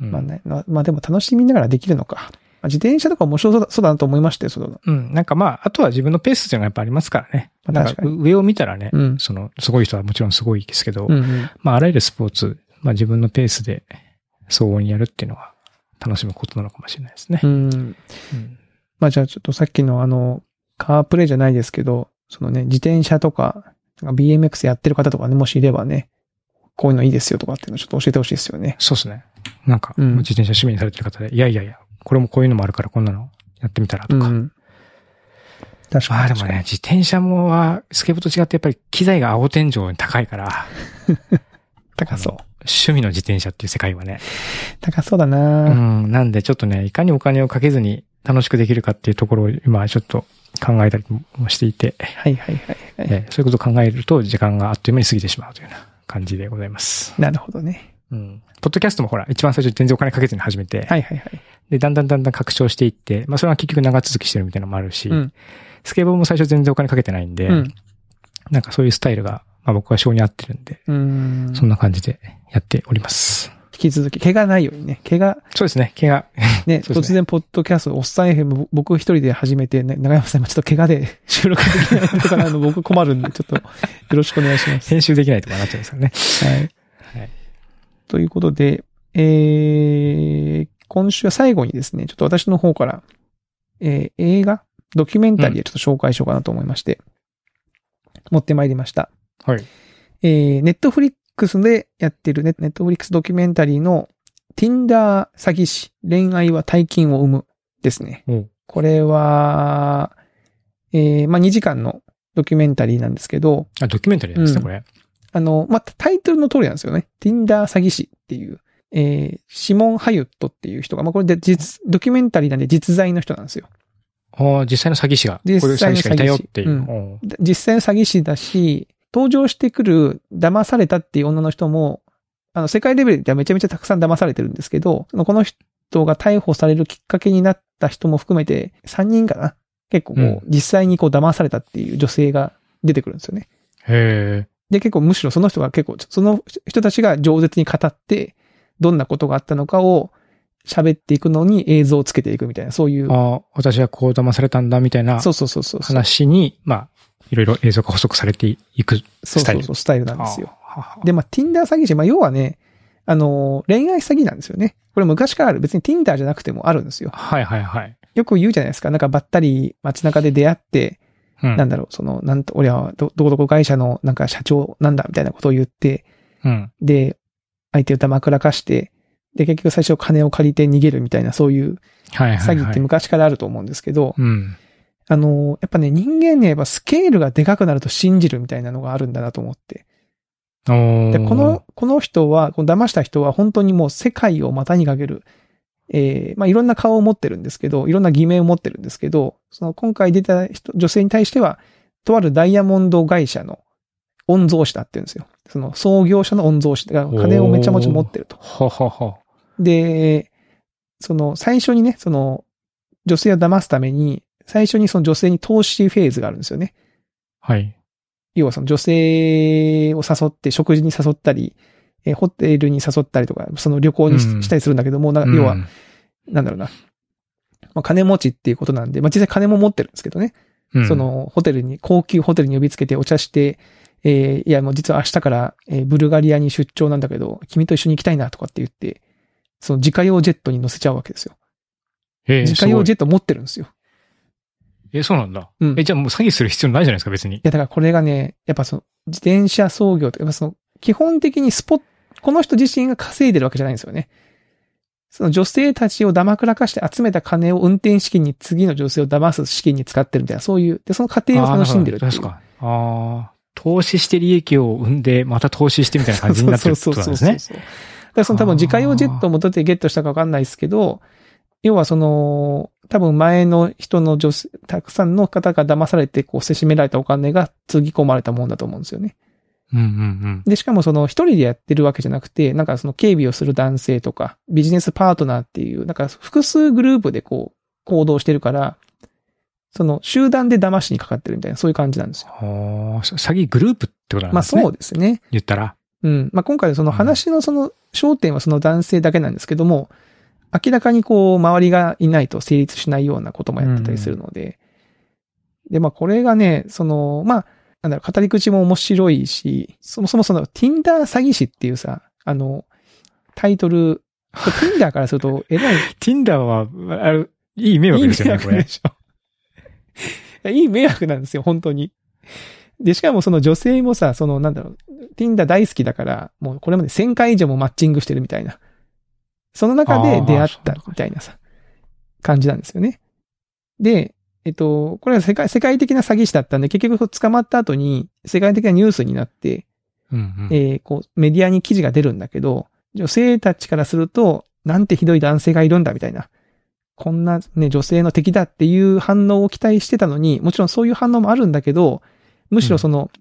Speaker 1: うん
Speaker 2: まあね、まあまあでも楽しみながらできるのか。まあ自転車とか面白そうだそうだなと思いましたよ、その。
Speaker 1: うん。なんかまあ、あとは自分のペースっていうのがやっぱありますからね。
Speaker 2: ま
Speaker 1: なん
Speaker 2: あ確
Speaker 1: か
Speaker 2: か
Speaker 1: 上を見たらね、
Speaker 2: うん。
Speaker 1: その、すごい人はもちろんすごいですけど、
Speaker 2: うんうん。
Speaker 1: まああらゆるスポーツ、まあ自分のペースで相応にやるっていうのは楽しむことなのかもしれないですね。
Speaker 2: うん。
Speaker 1: うん
Speaker 2: まあじゃあちょっとさっきのあの、カープレイじゃないですけど、そのね、自転車とか、なんか BMX やってる方とかね、もしいればね、こういうのいいですよとかっていうのちょっと教えてほしいですよね。
Speaker 1: そうですね。なんか、
Speaker 2: うん
Speaker 1: 自転車趣味にされてる方で、いやいやいや、これもこういうのもあるからこんなのやってみたらと
Speaker 2: う
Speaker 1: か。
Speaker 2: ん。確
Speaker 1: ま
Speaker 2: か
Speaker 1: あ
Speaker 2: に
Speaker 1: でもね、自転車もは、スケボーと違ってやっぱり機材が青天井に高いから、
Speaker 2: 高そう。
Speaker 1: 趣味の自転車っていう世界はね。
Speaker 2: 高そうだ
Speaker 1: う
Speaker 2: な、
Speaker 1: ん。なんでちょっとね、いかにお金をかけずに楽しくできるかっていうところを今ちょっと考えたりもしていて、
Speaker 2: はいはいはいはい。
Speaker 1: えーそういうことを考えると時間があっという間に過ぎてしまうというような感じでございます。
Speaker 2: なるほどね。
Speaker 1: うん。ポッドキャストもほら、一番最初全然お金かけずに始めて、
Speaker 2: はいはいはい。
Speaker 1: で、だんだんだんだん拡張していって、まあそれは結局長続きしてるみたいなのもあるし、
Speaker 2: うん
Speaker 1: スケボーも最初全然お金かけてないんで、
Speaker 2: うん
Speaker 1: なんかそういうスタイルが、まあ僕は性に合ってるんで、
Speaker 2: うん。
Speaker 1: そんな感じでやっております。
Speaker 2: 引き続き、怪我ないようにね。怪我、
Speaker 1: そうですね、怪我。
Speaker 2: ね、
Speaker 1: そう
Speaker 2: 突
Speaker 1: です
Speaker 2: 然、ポッドキャスト、おっさん FM、ぼ僕一人で始めて、ね、長山さん今ちょっと怪我で 収録できないとかなの、僕困るんで、ちょっと、よろしくお願いします。
Speaker 1: 編集できないとかなっちゃうんですよね。
Speaker 2: はい。
Speaker 1: はい
Speaker 2: ということで、えー、今週は最後にですね、ちょっと私の方から、えー、映画、ドキュメンタリーでちょっと紹介しようかなと思いまして、持ってまいりました。
Speaker 1: はい。
Speaker 2: えー、ネットフリックスでやってるネネットフリックスドキュメンタリーの Tinder 詐欺師、恋愛は大金を生むですね。
Speaker 1: おう
Speaker 2: これは、えー、まあ、2時間のドキュメンタリーなんですけど、
Speaker 1: あ、ドキュメンタリーなんですね、
Speaker 2: うん
Speaker 1: これ。
Speaker 2: あの、まあ、タイトルの通りなんですよね。Tinder 詐欺師っていう、えー、シモン・ハユットっていう人が、まあ、これで実、ドキュメンタリーなんで実在の人なんですよ。
Speaker 1: ああ、実際の詐欺師が、
Speaker 2: 実
Speaker 1: こういう詐
Speaker 2: 際の
Speaker 1: 欺
Speaker 2: 詐欺師
Speaker 1: 師がいたよっていう。
Speaker 2: うん
Speaker 1: おう
Speaker 2: で実際の詐欺師だし、登場してくる騙されたっていう女の人も、あの、世界レベルではめちゃめちゃたくさん騙されてるんですけど、そのこの人が逮捕されるきっかけになった人も含めて、3人かな結構こう、
Speaker 1: うん
Speaker 2: 実際にこう騙されたっていう女性が出てくるんですよね。
Speaker 1: へえ。
Speaker 2: で、結構むしろその人が結構、その人たちが饒舌に語って、どんなことがあったのかを喋っていくのに映像をつけていくみたいな、そういう。
Speaker 1: ああ、私はこう騙されたんだ、みたいな
Speaker 2: そうそうそうそう。そう
Speaker 1: 話に、まあ、いろいろ映像が補足されていく。
Speaker 2: そう
Speaker 1: スタイル
Speaker 2: そう、スタイルなんですよ。
Speaker 1: ああ。はは
Speaker 2: で、まあ、Tinder 詐欺師、まあ、要はね、あのー、恋愛詐欺なんですよね。これ昔からある。別に Tinder じゃなくてもあるんですよ。
Speaker 1: はいはいはい。
Speaker 2: よく言うじゃないですか。なんかばったり街中で出会って、
Speaker 1: うん。
Speaker 2: なんだろう、その、なんと、俺はど、どこどこ会社のなんか社長なんだみたいなことを言って、
Speaker 1: うん。
Speaker 2: で、相手を黙らかして、で、結局最初金を借りて逃げるみたいな、そういう
Speaker 1: はいはい、は
Speaker 2: 詐
Speaker 1: い。
Speaker 2: 欺って昔からあると思うんですけど、
Speaker 1: うん。
Speaker 2: あの、やっぱね、人間ね、やっぱスケールがでかくなると信じるみたいなのがあるんだなと思って。
Speaker 1: おー
Speaker 2: で、この、この人は、この騙した人は本当にもう世界を股にかける、えー、まあ、いろんな顔を持ってるんですけど、いろんな偽名を持ってるんですけど、その今回出た人、女性に対しては、とあるダイヤモンド会社の御曹司だって言うんですよ。その創業者の御曹司が金をめちゃめちゃ持ってると。
Speaker 1: ほほほ。
Speaker 2: で、その最初にね、その女性を騙すために、最初にその女性に投資フェーズがあるんですよね。
Speaker 1: はい。
Speaker 2: 要はその女性を誘って、食事に誘ったり、えーホテルに誘ったりとか、その旅行にし
Speaker 1: うん
Speaker 2: したりするんだけども、なんか要は、
Speaker 1: うん
Speaker 2: なんだろうな。まあ、金持ちっていうことなんで、まあ、実際金も持ってるんですけどね。
Speaker 1: うん
Speaker 2: その、ホテルに、高級ホテルに呼びつけてお茶して、ええーいや、もう実は明日から、えーブルガリアに出張なんだけど、君と一緒に行きたいなとかって言って、その自家用ジェットに乗せちゃうわけですよ。
Speaker 1: え
Speaker 2: 自家用ジェット持ってるんですよ。
Speaker 1: え、そうなんだ。
Speaker 2: うん
Speaker 1: え、じゃあもう詐欺する必要ないじゃないですか、別に
Speaker 2: い。や、だからこれがね、やっぱその、自転車操業とか、やっぱその、基本的にスポッ、この人自身が稼いでるわけじゃないんですよね。その女性たちをだまくらかして集めた金を運転資金に次の女性を騙す資金に使ってるみたいな、そういう、で、その過程を楽しんでるっていう。
Speaker 1: 確か。ああ、投資して利益を生んで、また投資してみたいな感じになってるってことなんですね。
Speaker 2: そうそうそうそうだからその多分自家用ジェットもどうやってゲットしたかわかんないですけど、要はその、多分前の人の女性、たくさんの方が騙されて、こう、せしめられたお金がつぎ込まれたもんだと思うんですよね。
Speaker 1: うんうん
Speaker 2: で、しかもその一人でやってるわけじゃなくて、なんかその警備をする男性とか、ビジネスパートナーっていう、なんか複数グループでこう、行動してるから、その集団で騙しにかかってるみたいな、そういう感じなんですよ。
Speaker 1: うん。ああ、詐欺グループってことなん
Speaker 2: まあ
Speaker 1: ですね。
Speaker 2: そうですね。
Speaker 1: 言ったら。
Speaker 2: うん。まあ今回その話のその焦点はその男性だけなんですけども、明らかにこう、周りがいないと成立しないようなこともやってたりするので、で、まあこれがね、その、まあ、なんだろう、語り口も面白いし、そもそもその Tinder 詐欺師っていうさ、あの、タイトル、これ Tinder からすると、えらい、
Speaker 1: Tinder は、あれ、いい迷惑ですよね、これ
Speaker 2: で。しょ。いやいい迷惑なんですよ、本当に。で、しかもその女性もさ、その、なんだろう、Tinder 大好きだから、もうこれまで1000回以上もマッチングしてるみたいな。その中
Speaker 1: あ
Speaker 2: で
Speaker 1: ー
Speaker 2: 出会っ
Speaker 1: そう
Speaker 2: た
Speaker 1: か
Speaker 2: みたいなさ、感じなんですよね。で、えっと、これは世界、世界的な詐欺師だったんで、結局捕まった後に世界的なニュースになって、
Speaker 1: うんうん。
Speaker 2: えーこう、メディアに記事が出るんだけど、女性たちからすると、なんてひどい男性がいるんだ、みたいな。こんなね、女性の敵だっていう反応を期待してたのに、もちろんそういう反応もあるんだけど、むしろその、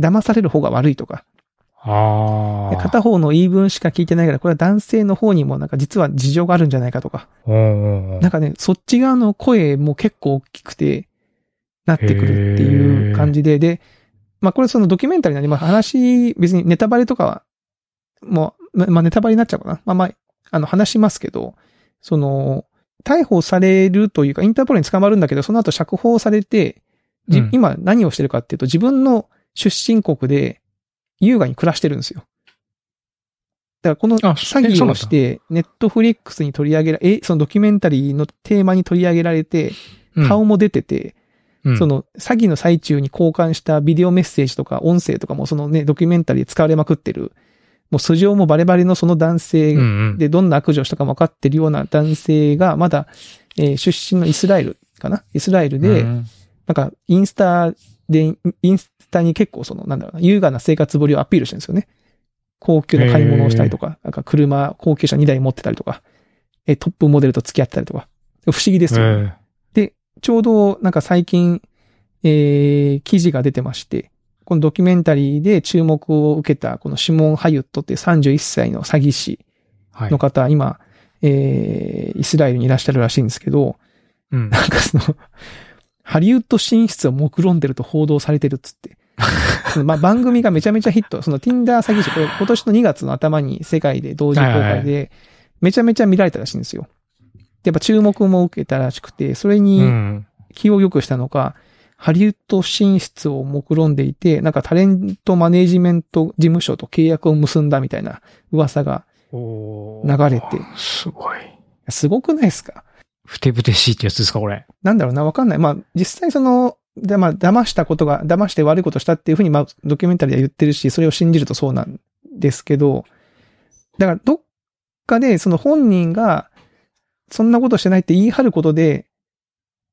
Speaker 2: 騙される方が悪いとか、
Speaker 1: ああ。
Speaker 2: 片方の言い分しか聞いてないから、これは男性の方にもなんか実は事情があるんじゃないかとか、
Speaker 1: おうおうおう
Speaker 2: なんかね、そっち側の声も結構大きくて、なってくるっていう感じで、で、まあこれそのドキュメンタリーなんで、まあ話、別にネタバレとかは、もう、ままあネタバレになっちゃうかな。まあまあ、あの話しますけど、その、逮捕されるというか、インターポールに捕まるんだけど、その後釈放されて、じ
Speaker 1: うん
Speaker 2: 今何をしてるかっていうと、自分の出身国で優雅に暮らしてるんですよ。だからこの
Speaker 1: あ
Speaker 2: 詐
Speaker 1: えそう
Speaker 2: 欺
Speaker 1: なん
Speaker 2: を
Speaker 1: だ
Speaker 2: して、ネットフリックスに取り上げらえ、そのドキュメンタリーのテーマに取り上げられて、顔も出てて、
Speaker 1: うん
Speaker 2: その詐欺の最中に交換したビデオメッセージとか音声とかもそのね、ドキュメンタリーで使われまくってる、もう素性もバレバレのその男性
Speaker 1: うんうん。
Speaker 2: でどんな悪女をしたかも分かってるような男性が、まだ、えー出身のイスラエルかなイスラエルで、
Speaker 1: うん
Speaker 2: なんかインスタで、インスタに結構その、なんだろうな、優雅な生活ぶりをアピールしてるんですよね。高級な買い物をしたりとか、なんか車、高級車2台持ってたりとか、えートップモデルと付き合ってたりとか、不思議ですよね。
Speaker 1: え
Speaker 2: ちょうどなんか最近、えー、記事が出てまして、このドキュメンタリーで注目を受けた、このシモン・ハユットっていう31歳の詐欺師
Speaker 1: えはい
Speaker 2: の。方、今、えー、イスラエルにいらっしゃるらしいんですけど、
Speaker 1: うん
Speaker 2: なんかその、ハリウッド進出を目論んでると報道されてるっつって。そのまあ、番組がめちゃめちゃヒット。その Tinder 詐欺師、これ今年の2月の頭に世界で同時公
Speaker 1: はい
Speaker 2: 開
Speaker 1: はい
Speaker 2: で、めちゃめちゃ見られたらしいんですよ。やっぱ注目も受けたらしくて、それに、
Speaker 1: うん
Speaker 2: 気を良くしたのか、ハリウッド進出を目論んでいて、なんかタレントマネージメント事務所と契約を結んだみたいな噂が
Speaker 1: お
Speaker 2: 流
Speaker 1: ー
Speaker 2: れて、
Speaker 1: すごい。
Speaker 2: すごくないですか
Speaker 1: ふてぶてしいってやつですか、これ。
Speaker 2: なんだろうな、わかんない。まあ、実際その、で、まあ、騙したことが、騙して悪いことしたっていうふうに、まあ、ドキュメンタリーでは言ってるし、それを信じるとそうなんですけど、だから、どっかで、その本人が、そんなことしてないって言い張ることで、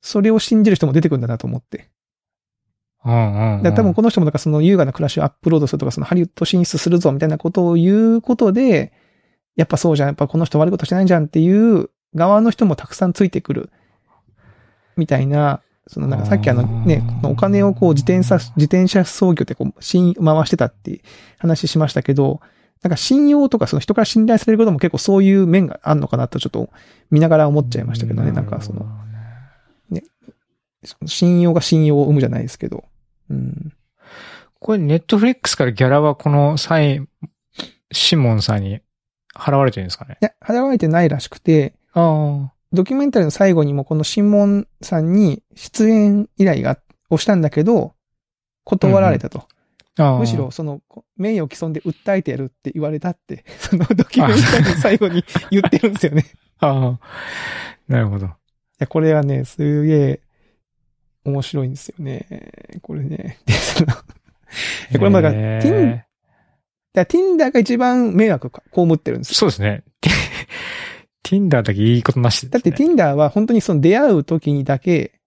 Speaker 2: それを信じる人も出てくるんだなと思って。
Speaker 1: うんうん。
Speaker 2: だから多分この人もだからその優雅な暮らしをアップロードするとか、そのハリウッド進出するぞみたいなことを言うことで、やっぱそうじゃん、やっぱこの人悪いことしてないじゃんっていう側の人もたくさんついてくる。みたいな、そのなんかさっきあのね
Speaker 1: あー、
Speaker 2: このお金をこう自転車、自転車操業でこう、信回してたって話しましたけど、なんか信用とかその人から信頼されることも結構そういう面があるのかなとちょっと見ながら思っちゃいましたけどね、なんかその、。信用が信用を生むじゃないですけど。うん。
Speaker 1: これ、ネットフリックスからギャラはこのサイン、シモンさんに払われてるんですかね。
Speaker 2: いや、払われてないらしくて、
Speaker 1: あ
Speaker 2: ドキュメンタリーの最後にもこのシモンさんに出演依頼が、をしたんだけど、断られたと。
Speaker 1: あー
Speaker 2: むしろ、その、こ名誉毀損で訴えてやるって言われたって、 そのドキュメンタリーの最後に言ってるんですよ ね。い
Speaker 1: ああ。なるほど。
Speaker 2: や、これはね、すげえ、面白いんですよね。これね。で、その、いやこれもだから、
Speaker 1: えー
Speaker 2: Tin- だから Tinder が一番迷惑か、被ってるんですよ。
Speaker 1: そうですね。Tinder だけいいことなし
Speaker 2: だ
Speaker 1: で
Speaker 2: っ
Speaker 1: すね、
Speaker 2: て Tinder は本当にその出会う時にだけ、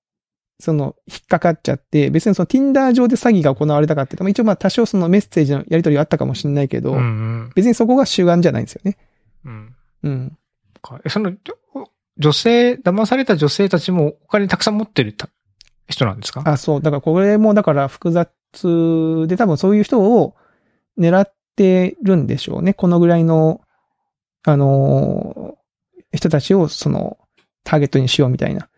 Speaker 2: その、引っかかっちゃって、別にその Tinder 上で詐欺が行われたかっていうと、まあ一応まあ多少そのメッセージのやり取りはあったかもしれないけど、
Speaker 1: うん
Speaker 2: 別にそこが主眼じゃないんですよね。
Speaker 1: うん。うん。
Speaker 2: うん。
Speaker 1: かえその、じょ女性、騙された女性たちもお金たくさん持ってるた人なんですか
Speaker 2: あ、そう。だからこれもだから複雑で多分そういう人を狙ってるんでしょうね。このぐらいの、あのー人たちをそのターゲットにしようみたいな。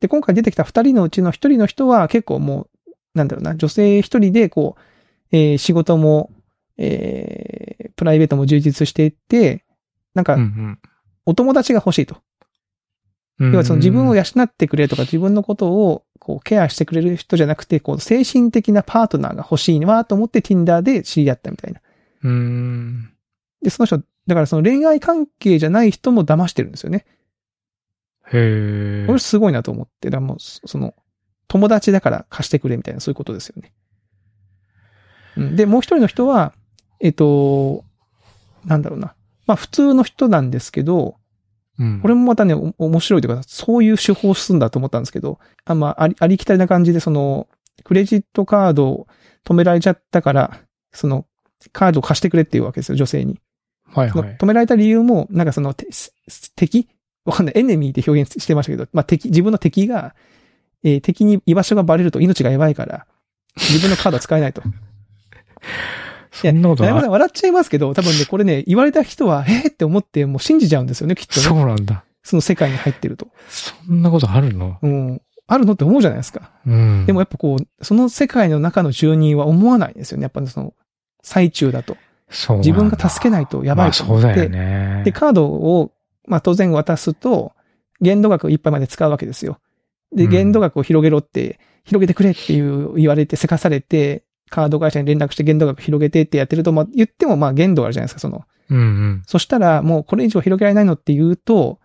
Speaker 2: で、今回出てきた二人のうちの一人の人は結構もう、なんだろうな、女性一人でこう、えー仕事も、えープライベートも充実していって、
Speaker 1: うん
Speaker 2: なん
Speaker 1: う
Speaker 2: か、
Speaker 1: ん
Speaker 2: お友達が欲しいと。
Speaker 1: うん。
Speaker 2: 要はその自分を
Speaker 1: や、
Speaker 2: 養ってくれるとか自分のことをこうケアしてくれる人じゃなくて、こう精神的なパートナーが欲しいなと思って Tinder で知り合ったみたいな。
Speaker 1: うん。
Speaker 2: で、その人、だからその恋愛関係じゃない人も騙してるんですよね。
Speaker 1: へえ
Speaker 2: これ。すごいなと思って、だからもうそその友達だから貸してくれみたいなそういうことですよね。うん、で、もう一人の人は、えっと、なんだろうな。まあ普通の人なんですけど、
Speaker 1: うん
Speaker 2: これもまたね、お面白いというか、そういう手法をするんだと思ったんですけど、あまあ、あり、ありきたりな感じで、その、クレジットカードを止められちゃったから、その、カードを貸してくれっていうわけですよ、女性に。
Speaker 1: はい
Speaker 2: その
Speaker 1: はい。
Speaker 2: 止められた理由も、なんかその、てすす敵わかんない。エネミーって表現してましたけど、まあ、敵、自分の敵が、えー敵に居場所がバレると命がやばいから、自分のカードは使えないと。
Speaker 1: そんなこと
Speaker 2: なる
Speaker 1: な
Speaker 2: ほ
Speaker 1: い。
Speaker 2: ど、笑っちゃいますけど、多分ね、これね、言われた人は、えーって思って、もう信じちゃうんですよね、きっと
Speaker 1: そ
Speaker 2: ね。
Speaker 1: うなんだ。
Speaker 2: その世界に入ってると。
Speaker 1: そんなことあるの
Speaker 2: うん。あるのって思うじゃないですか。
Speaker 1: うん。
Speaker 2: でもやっぱこう、その世界の中の住人は思わないんですよね。やっぱその、最中だと。
Speaker 1: そうなんだ、
Speaker 2: 自分が助けないとやば
Speaker 1: ま
Speaker 2: い
Speaker 1: あ
Speaker 2: と
Speaker 1: そ
Speaker 2: 思
Speaker 1: う
Speaker 2: って。
Speaker 1: だよね。
Speaker 2: で、カードを、まあ当然渡すと、限度額いっぱいまで使うわけですよ。
Speaker 1: う
Speaker 2: で、
Speaker 1: ん
Speaker 2: 限度額を広げろって、広げてくれっていう言われて、せかされて、カード会社に連絡して限度額広げてってやってると、まあ言ってもまあ限度があるじゃないですか、その。
Speaker 1: うんうん。
Speaker 2: そしたら、もうこれ以上広げられないのって言うと、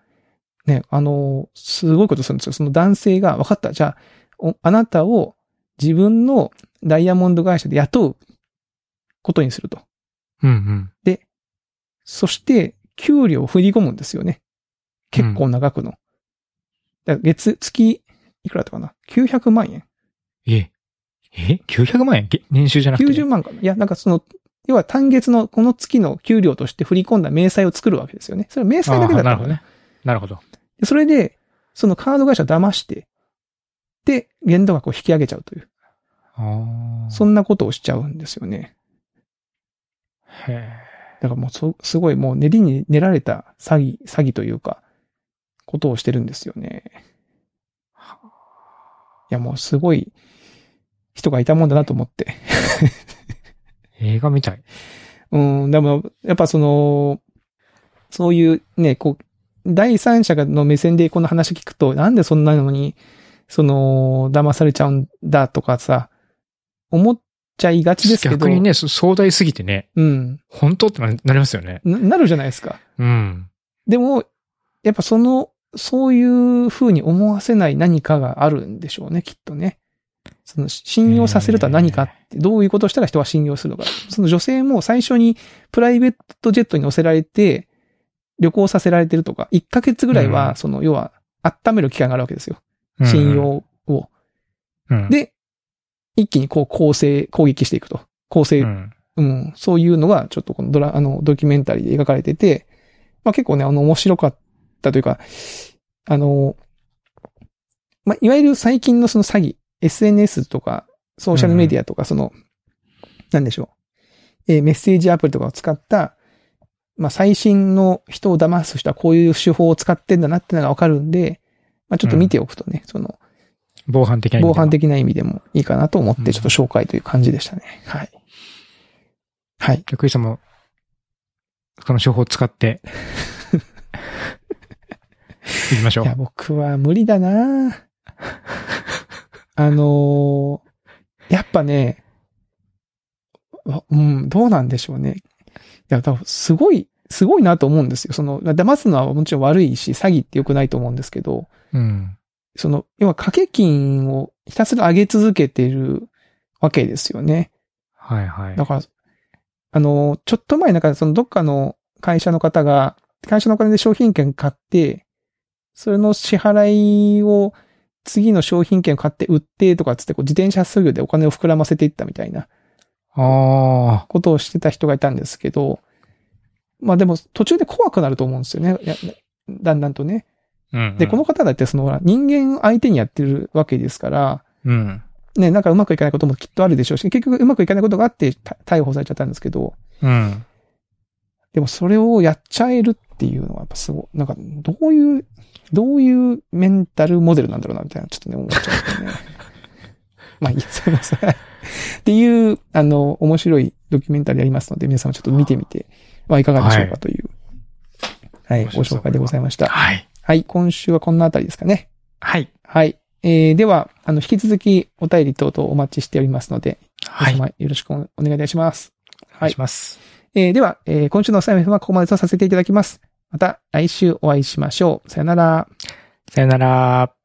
Speaker 2: ね、あの、すごいことするんですよ。その男性が、分かった、じゃあ、おあなたを自分のダイヤモンド会社で雇うことにすると。
Speaker 1: うんうん。
Speaker 2: そして、給料を振り込むんですよね。結構長くの。だから月、月、いくらだったかな ?900 万円。
Speaker 1: え、え ?900 万円げ年収じゃなくて。
Speaker 2: 90万かないや、なんかその、要は単月のこの月の給料として振り込んだ明細を作るわけですよね。それは明細だけだ
Speaker 1: あー
Speaker 2: った
Speaker 1: な
Speaker 2: の
Speaker 1: る
Speaker 2: か
Speaker 1: ほ
Speaker 2: な
Speaker 1: どね。なるほど。
Speaker 2: でそれで、そのカード会社を騙して、で、限度額を引き上げちゃうという、
Speaker 1: ああ。
Speaker 2: そんなことをしちゃうんですよね。
Speaker 1: へえ。
Speaker 2: だからもうそ、すごいもう練りに練られた詐欺、詐欺というか、ことをしてるんですよね。いや、もうすごい人がいたもんだなと思って。
Speaker 1: 映画みたい。
Speaker 2: うん、でも、やっぱその、そういうね、こう、第三者の目線でこの話聞くと、なんでそんなのに、その、騙されちゃうんだとかさ、思っちゃいがちですけど、
Speaker 1: 逆にね、そ壮大すぎてね、
Speaker 2: うん、
Speaker 1: 本当ってななりますよね。
Speaker 2: ななるじゃないですか。
Speaker 1: うん。
Speaker 2: でも、やっぱその、そういう風に思わせない何かがあるんでしょうね、きっとね。その、信用させるとは何かって、どういうことをしたら人は信用するのか。その女性も最初にプライベートジェットに乗せられて、旅行させられてるとか、1ヶ月ぐらいうは、
Speaker 1: ん
Speaker 2: その、要は、温める期間があるわけですよ。
Speaker 1: うん
Speaker 2: 信。用を。
Speaker 1: うん、
Speaker 2: で、一気にこう、構成、攻撃していくと。構成
Speaker 1: うん
Speaker 2: うん、そういうのが、ちょっとこのドラ、あの、ドキュメンタリーで描かれてて、まあ結構ね、あの、面白かったというか、あの、まあ、いわゆる最近のその詐欺、SNS とか、ソーシャルメディアとか、その、なんでしょう、えーメッセージアプリとかを使った、まあ、最新の人を騙す人はこういう手法を使ってんだなってのがわかるんで、まあ、ちょっと見ておくとね、その、
Speaker 1: 防犯的な意味
Speaker 2: 防
Speaker 1: では
Speaker 2: 犯的な意味でもいいかなと思っ
Speaker 1: うん
Speaker 2: て、ちょっと紹介という感じでしたね。はい。はい。
Speaker 1: 逆にその、この手法を使 って、行きましょう
Speaker 2: いや、。僕は無理だな あのーやっぱね、わうん、どうなんでしょうね。いや、多分すごい、すごいなと思うんですよ。その、騙すのはもちろん悪いし、詐欺って良くないと思うんですけど、
Speaker 1: うん。
Speaker 2: その、要は掛け金をひたすら上げ続けてるわけですよね。
Speaker 1: はいはい。
Speaker 2: だから、あの、ちょっと前なんか、そのどっかの会社の方が、会社のお金で商品券買って、それの支払いを次の商品券を買って売ってとかっつって、こう自転車操業でお金を膨らませていったみたいな
Speaker 1: ああ。
Speaker 2: ことをしてた人がいたんですけど、まあでも途中で怖くなると思うんですよね。いやだんだんとね。
Speaker 1: うん。
Speaker 2: で、この、方だってそのほら人間相手にやってるわけですから、
Speaker 1: うん。
Speaker 2: ね、なんかうまくいかないこともきっとあるでしょうし、結局うまくいかないことがあってた逮捕されちゃったんですけど、
Speaker 1: うん。
Speaker 2: でもそれをやっちゃえるっていうのはやっぱすごい、なんかどういう、どういうメンタルモデルなんだろうなみたいな、ちょっとね、思っちゃう んですよね。まあいいや、すいません。っていう、あの、面白いドキュメンタリーありますので、皆さんもちょっと見てみてはいかがでしょう
Speaker 1: は
Speaker 2: かという、はい、
Speaker 1: 面
Speaker 2: ご
Speaker 1: 白そう
Speaker 2: 紹介でございました。
Speaker 1: はい。
Speaker 2: はい、今週はこんなあたりですかね。
Speaker 1: はい。
Speaker 2: はい。えー、では、あの、引き続きお便り等々お待ちしておりますので、
Speaker 1: はい。
Speaker 2: 皆
Speaker 1: お
Speaker 2: 様よろしくお願いいたします。
Speaker 1: 願いします。
Speaker 2: えーでは、えー今週のおさやめはここまでとさせていただきます。また来週お会いしましょう。さよなら。
Speaker 1: さよなら。